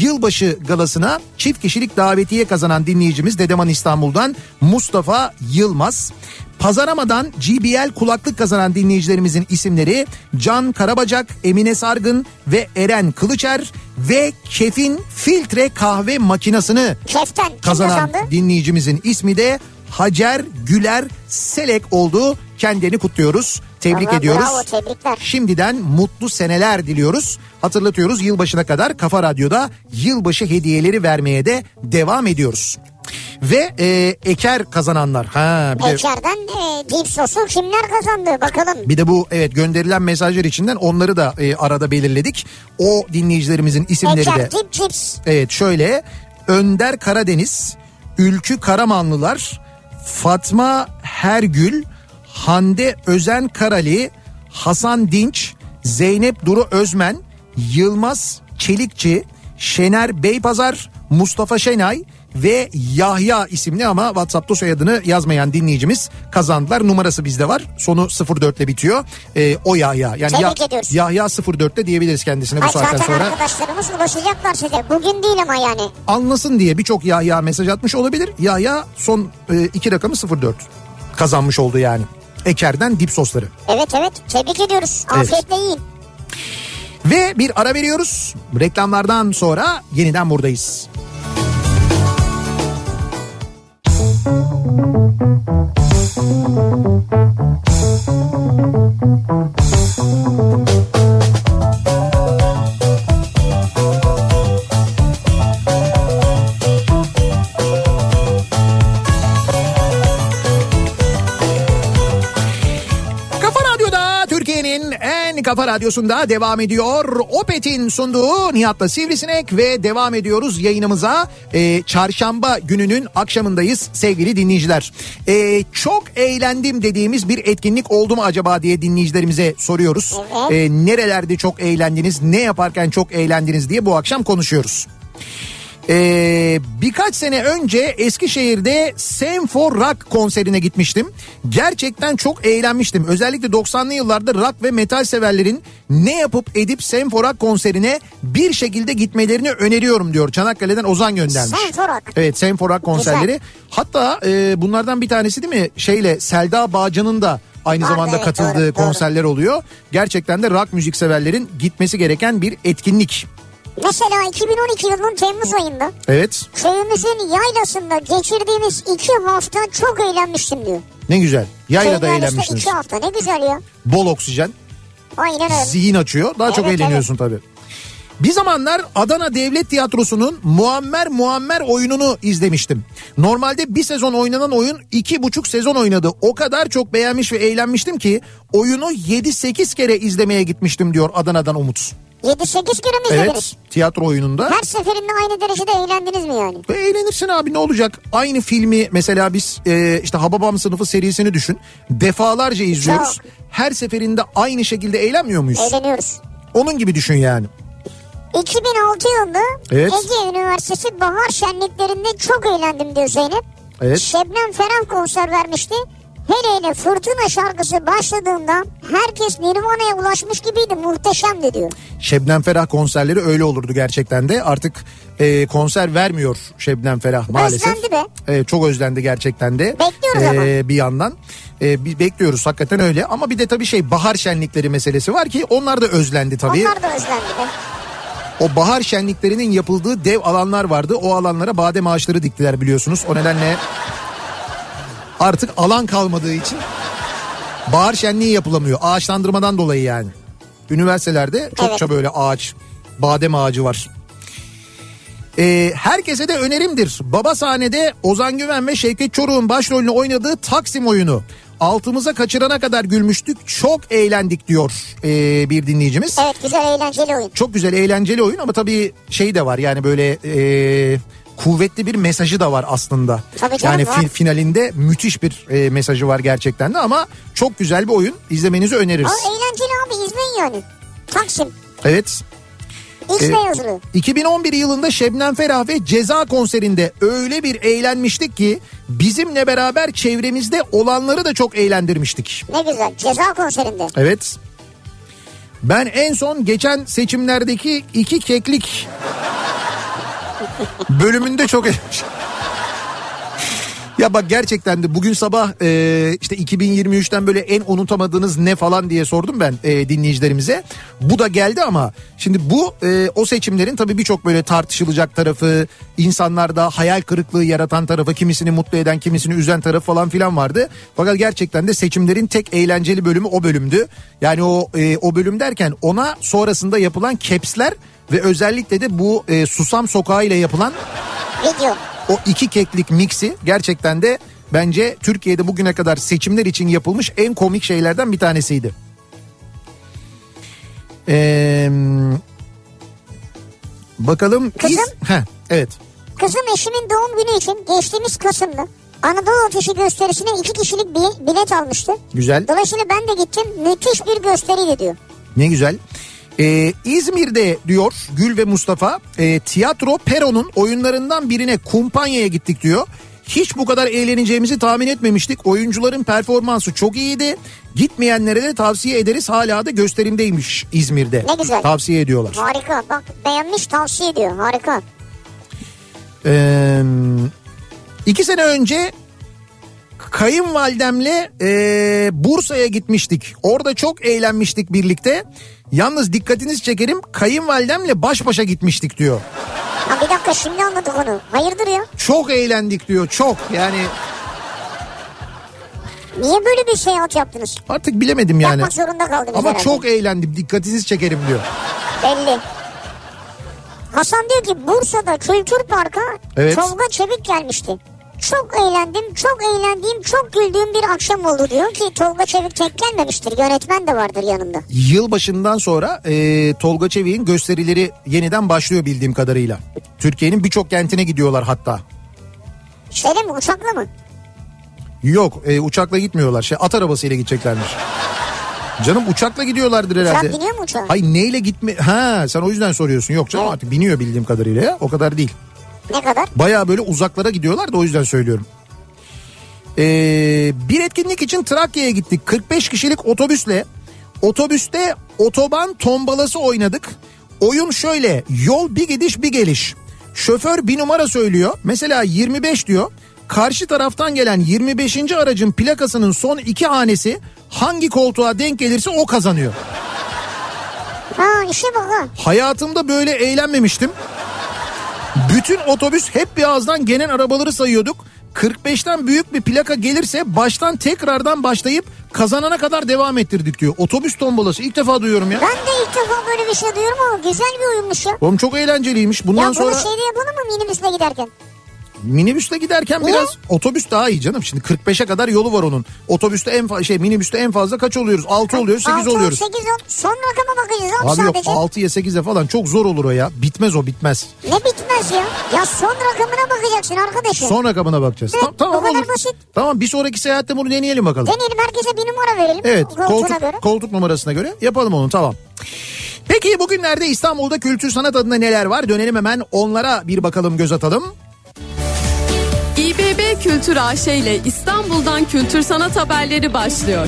B: yılbaşı galasına çift kişilik davetiye kazanan dinleyicimiz Dedeman İstanbul'dan Mustafa Yılmaz. Pazaramadan GBL kulaklık kazanan dinleyicilerimizin isimleri Can Karabacak, Emine Sargın ve Eren Kılıçer ve Kef'in filtre kahve makinesini
C: Keften kim
B: kazanan
C: kazandı?
B: dinleyicimizin ismi de Hacer Güler Selek oldu. Kendini kutluyoruz. Tebrik
C: Bravo,
B: ediyoruz.
C: bravo, tebrikler.
B: Şimdiden mutlu seneler diliyoruz. Hatırlatıyoruz yılbaşına kadar Kafa Radyo'da yılbaşı hediyeleri vermeye de devam ediyoruz. Ve e, Eker kazananlar. Ha bir de,
C: Eker'den e, Deep Sosu kimler kazandı bakalım.
B: bir de bu evet gönderilen mesajlar içinden onları da e, arada belirledik. O dinleyicilerimizin isimleri de
C: Eker, Deep Chips,
B: Evet şöyle Önder Karadeniz, Ülkü Karamanlılar, Fatma Hergül, Hande Özen Karali, Hasan Dinç, Zeynep Duru Özmen, Yılmaz Çelikçi, Şener Beypazar, Mustafa Şenay ve Yahya isimli ama WhatsApp'ta soyadını yazmayan dinleyicimiz kazandılar. Numarası bizde var. Sonu 04 ile bitiyor. Ee, o Yahya. Yani
C: Tebrik ediyoruz.
B: Yahya 04 de diyebiliriz kendisine bu
C: Ay,
B: saatten
C: zaten
B: sonra
C: arkadaşlarımız ulaşacaklar size. Bugün değil ama yani.
B: anlasın diye birçok Yahya mesaj atmış olabilir. Yahya son e, iki rakamı 04 kazanmış oldu yani. Eker'den dip sosları.
C: Evet evet tebrik ediyoruz.
B: Evet.
C: Afiyetle yiyin.
B: Ve bir ara veriyoruz. Reklamlardan sonra yeniden buradayız. Kafa Radyo'da Türkiye'nin en kafa radyosunda devam ediyor. Opet'in sunduğu Nihat'la Sivrisinek ve devam ediyoruz yayınımıza. Ee, çarşamba gününün akşamındayız sevgili dinleyiciler. Ee, çok eğlendim dediğimiz bir etkinlik oldu mu acaba diye dinleyicilerimize soruyoruz.
C: Evet.
B: Ee, nerelerde çok eğlendiniz, ne yaparken çok eğlendiniz diye bu akşam konuşuyoruz. Ee, birkaç sene önce Eskişehir'de Senfor Rock konserine gitmiştim. Gerçekten çok eğlenmiştim. Özellikle 90'lı yıllarda rock ve metal severlerin ne yapıp edip Senfor Rock konserine bir şekilde gitmelerini öneriyorum diyor. Çanakkale'den Ozan göndermiş.
C: Senfor Rock.
B: Evet Senfor Rock konserleri.
C: Güzel.
B: Hatta e, bunlardan bir tanesi değil mi? Şeyle Selda Bağcan'ın da aynı
C: Var,
B: zamanda
C: evet,
B: katıldığı
C: doğru, doğru.
B: konserler oluyor. Gerçekten de rock müzik severlerin gitmesi gereken bir etkinlik.
C: Mesela 2012 yılının Temmuz ayında
B: Evet.
C: köyümüzün yaylasında geçirdiğimiz iki hafta çok eğlenmiştim diyor.
B: Ne güzel. Yayla da
C: Köyün yaylasında
B: eğlenmişsiniz.
C: iki hafta ne güzel ya.
B: Bol oksijen,
C: Aynen öyle.
B: zihin açıyor. Daha çok
C: Evet,
B: eğleniyorsun tabii. Bir zamanlar Adana Devlet Tiyatrosu'nun Muammer Muammer oyununu izlemiştim. Normalde bir sezon oynanan oyun iki buçuk sezon oynadı. O kadar çok beğenmiş ve eğlenmiştim ki oyunu 7-8 kere izlemeye gitmiştim diyor Adana'dan Umut.
C: 7-8 kere mi izlediniz?
B: Evet tiyatro oyununda.
C: Her seferinde aynı derecede eğlendiniz mi yani?
B: Ve eğlenirsin abi ne olacak? Aynı filmi mesela biz e, işte Hababam sınıfı serisini düşün. Defalarca izliyoruz.
C: Çok.
B: Her seferinde aynı şekilde eğlenmiyor muyuz?
C: Eğleniyoruz.
B: Onun gibi düşün yani.
C: 2006 yılında
B: Evet.
C: Ege Üniversitesi bahar şenliklerinde çok eğlendim diyor Zeynep.
B: Evet.
C: Şebnem Ferah konser vermişti. Hele hele Fırtına şarkısı başladığında herkes Nirvana'ya ulaşmış gibiydi muhteşemdi diyor.
B: Şebnem Ferah konserleri öyle olurdu gerçekten de. Artık e, konser vermiyor Şebnem Ferah maalesef.
C: Özlendi be.
B: E, çok özlendi gerçekten de.
C: Bekliyoruz ama.
B: Bir yandan. E, bir bekliyoruz hakikaten öyle. Ama bir de tabii şey bahar şenlikleri meselesi var ki onlar da özlendi tabii.
C: Onlar da özlendi be.
B: O bahar şenliklerinin yapıldığı dev alanlar vardı. O alanlara badem ağaçları diktiler biliyorsunuz. O nedenle artık alan kalmadığı için bahar şenliği yapılamıyor. Ağaçlandırmadan dolayı yani. Üniversitelerde çokça
C: Evet.
B: böyle ağaç, badem ağacı var. Ee, herkese de önerimdir. Baba sahnede Ozan Güven ve Şevket Çoruk'un başrolünü oynadığı Taksim oyunu. Altımıza kaçırana kadar gülmüştük. Çok eğlendik diyor ee, bir dinleyicimiz.
C: Evet güzel eğlenceli oyun.
B: Çok güzel eğlenceli oyun ama tabii şey de var yani böyle e, kuvvetli bir mesajı da var aslında.
C: Tabii canım,
B: yani fi-
C: var.
B: finalinde müthiş bir e, mesajı var gerçekten de ama çok güzel bir oyun izlemenizi
C: Ama
B: öneririz.
C: eğlenceli abi izleyin yani. Taksim.
B: Evet.
C: X
B: Evet.
C: yazılı.
B: 2011 yılında Şebnem Ferah ve Ceza konserinde öyle bir eğlenmiştik ki bizimle beraber çevremizde olanları da çok eğlendirmiştik.
C: Ne güzel. Ceza konserinde.
B: Evet. Ben en son geçen seçimlerdeki iki keklik bölümünde çok Ya bak gerçekten de bugün sabah e, işte 2023'ten böyle en unutamadığınız ne falan diye sordum ben e, dinleyicilerimize. Bu da geldi ama şimdi bu e, o seçimlerin tabii birçok böyle tartışılacak tarafı, insanlarda hayal kırıklığı yaratan tarafı, kimisini mutlu eden, kimisini üzen tarafı falan filan vardı. Fakat gerçekten de seçimlerin tek eğlenceli bölümü o bölümdü. Yani o e, o bölüm derken ona sonrasında yapılan kepsler ve özellikle de bu e, Susam Sokağı ile yapılan
C: Video.
B: o iki keklik miksi gerçekten de bence Türkiye'de bugüne kadar seçimler için yapılmış en komik şeylerden bir tanesiydi. Ee, bakalım.
C: Kızım?
B: Heh, evet.
C: Kızım eşimin doğum günü için geçtiğimiz Kasım'da Anadolu Ateşi gösterisine iki kişilik bir bilet almıştı.
B: Güzel.
C: Dolayısıyla ben de gittim. Müthiş bir gösteriydi diyor.
B: Ne güzel. Ee, İzmir'de diyor Gül ve Mustafa e, tiyatro Pero'nun oyunlarından birine kumpanyaya gittik diyor. Hiç bu kadar eğleneceğimizi tahmin etmemiştik. Oyuncuların performansı çok iyiydi. Gitmeyenlere de tavsiye ederiz. Hala da gösterimdeymiş İzmir'de.
C: Ne güzel.
B: Tavsiye ediyorlar.
C: Harika. Bak beğenmiş tavsiye ediyor. Harika.
B: Ee, iki sene önce kayınvalidemle e, Bursa'ya gitmiştik. Orada çok eğlenmiştik birlikte. Yalnız dikkatiniz çekerim kayınvalidemle baş başa gitmiştik diyor.
C: Ha bir dakika şimdi anladık onu. Hayırdır ya?
B: Çok eğlendik diyor çok yani
C: Niye böyle bir seyahat yaptınız?
B: artık bilemedim yani.
C: Yapmak zorunda kaldınız
B: Ama
C: herhalde.
B: çok eğlendim dikkatiniz çekerim diyor.
C: Belli. Hasan diyor ki Bursa'da Kültür Park'a
B: Evet.
C: Tolga Çevik gelmişti. Çok eğlendim, çok eğlendiğim, çok güldüğüm bir akşam oldu diyor ki Tolga Çevik tek gelmemiştir. Yönetmen de vardır yanında.
B: Yılbaşından sonra e, Tolga Çevik'in gösterileri yeniden başlıyor bildiğim kadarıyla. Türkiye'nin birçok kentine gidiyorlar hatta.
C: Şeyle mi uçakla mı?
B: Yok e, uçakla gitmiyorlar. Şey at arabasıyla gideceklermiş. Canım uçakla gidiyorlardır herhalde.
C: Uçak biniyor mu uçağa?
B: Hayır neyle gitme? Ha sen o yüzden soruyorsun. Yok canım
C: Evet.
B: artık biniyor bildiğim kadarıyla ya. O kadar değil.
C: Ne kadar?
B: Baya böyle uzaklara gidiyorlar da o yüzden söylüyorum. Ee, bir etkinlik için Trakya'ya gittik. 45 kişilik otobüsle. Otobüste otoban tombalası oynadık. Oyun şöyle yol bir gidiş bir geliş. Şoför bir numara söylüyor. Mesela 25 diyor. Karşı taraftan gelen 25. aracın plakasının son iki hanesi hangi koltuğa denk gelirse o kazanıyor.
C: Ha işe bak ha.
B: Hayatımda böyle eğlenmemiştim. Bütün otobüs hep bir ağızdan gelen arabaları sayıyorduk. 45'ten büyük bir plaka gelirse baştan tekrardan başlayıp kazanana kadar devam ettirdik diyor. Otobüs tombalası ilk defa duyuyorum ya.
C: Ben de ilk defa böyle bir şey duyuyorum ama güzel bir oyunmuş ya.
B: Oğlum çok eğlenceliymiş.
C: Ya şey-
B: Bundan
C: bunu
B: sonra
C: şeyde yapalım mı minibüsle giderken?
B: minibüsle giderken
C: Niye?
B: biraz otobüs daha iyi canım. Şimdi 45'e kadar yolu var onun. Otobüste en fa- şey minibüste en fazla kaç oluyoruz? 6 oluyoruz, 8
C: Altı,
B: oluyoruz.
C: sekiz ol. Son rakama bakacağız abi,
B: Abi yok
C: sadece.
B: 6'ya 8'e falan çok zor olur o ya. Bitmez o bitmez.
C: Ne bitmez ya? Ya son rakamına bakacaksın arkadaşım.
B: Son rakamına bakacağız.
C: Evet,
B: Tam- tamam
C: o kadar
B: olur.
C: basit.
B: Tamam bir sonraki seyahatte bunu deneyelim bakalım.
C: Deneyelim herkese bir numara verelim.
B: Evet
C: Koltuğuna göre.
B: koltuk, koltuk numarasına göre yapalım onu tamam. Peki bugünlerde İstanbul'da kültür sanat adına neler var? Dönelim hemen onlara bir bakalım göz atalım.
D: İBB Kültür AŞ ile İstanbul'dan kültür sanat haberleri başlıyor.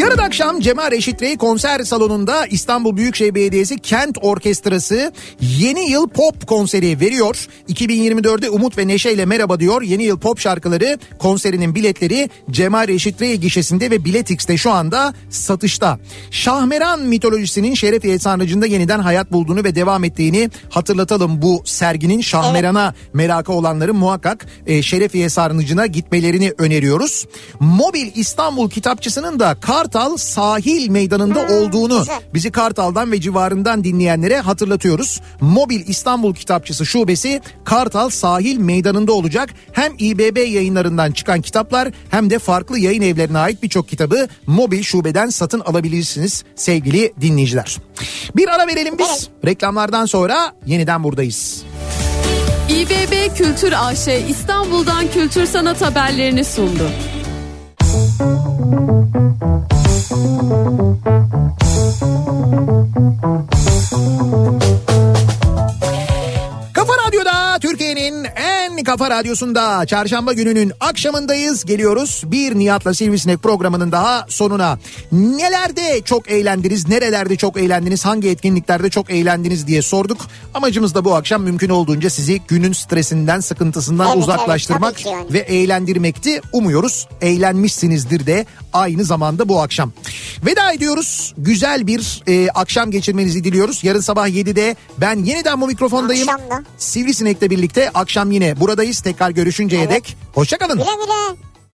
B: Yarın akşam Cemal Reşit Rey konser salonunda İstanbul Büyükşehir Belediyesi Kent Orkestrası Yeni Yıl Pop konseri veriyor. 2024'de Umut ve Neşe ile merhaba diyor. Yeni Yıl Pop şarkıları konserinin biletleri Cemal Reşit Rey gişesinde ve Biletix'te şu anda satışta. Şahmeran mitolojisinin Şerefiye Sarnıcı'nda yeniden hayat bulduğunu ve devam ettiğini hatırlatalım bu serginin Şahmeran'a merakı olanların muhakkak e, Şerefiye Sarnıcı'na gitmelerini öneriyoruz. Mobil İstanbul kitapçısının da Kartal Sahil Meydanı'nda olduğunu
C: güzel.
B: bizi Kartal'dan ve civarından dinleyenlere hatırlatıyoruz. Mobil İstanbul Kitapçısı Şubesi Kartal Sahil Meydanı'nda olacak. Hem İBB yayınlarından çıkan kitaplar hem de farklı yayın evlerine ait birçok kitabı Mobil Şubeden satın alabilirsiniz sevgili dinleyiciler. Bir ara verelim biz. Reklamlardan sonra yeniden buradayız.
D: İBB Kültür AŞ İstanbul'dan kültür sanat haberlerini sundu.
B: Kafa Radyo'da Türkiye'nin en kafa radyosunda çarşamba gününün akşamındayız. Geliyoruz bir Nihat'la Sivrisinek programının daha sonuna. Nelerde çok eğlendiniz, nerelerde çok eğlendiniz, hangi etkinliklerde çok eğlendiniz diye sorduk. Amacımız da bu akşam mümkün olduğunca sizi günün stresinden, sıkıntısından
C: Evet, evet,
B: uzaklaştırmak
C: tabii ki yani.
B: ve eğlendirmekti. Umuyoruz eğlenmişsinizdir de aynı zamanda bu akşam. Veda ediyoruz. Güzel bir e, akşam geçirmenizi diliyoruz. Yarın sabah 7'de ben yeniden bu mikrofondayım.
C: Akşam da.
B: Sivrisinek'le birlikte akşam yine buradayız. Tekrar görüşünceye dek. Hoşçakalın.
C: Güle güle.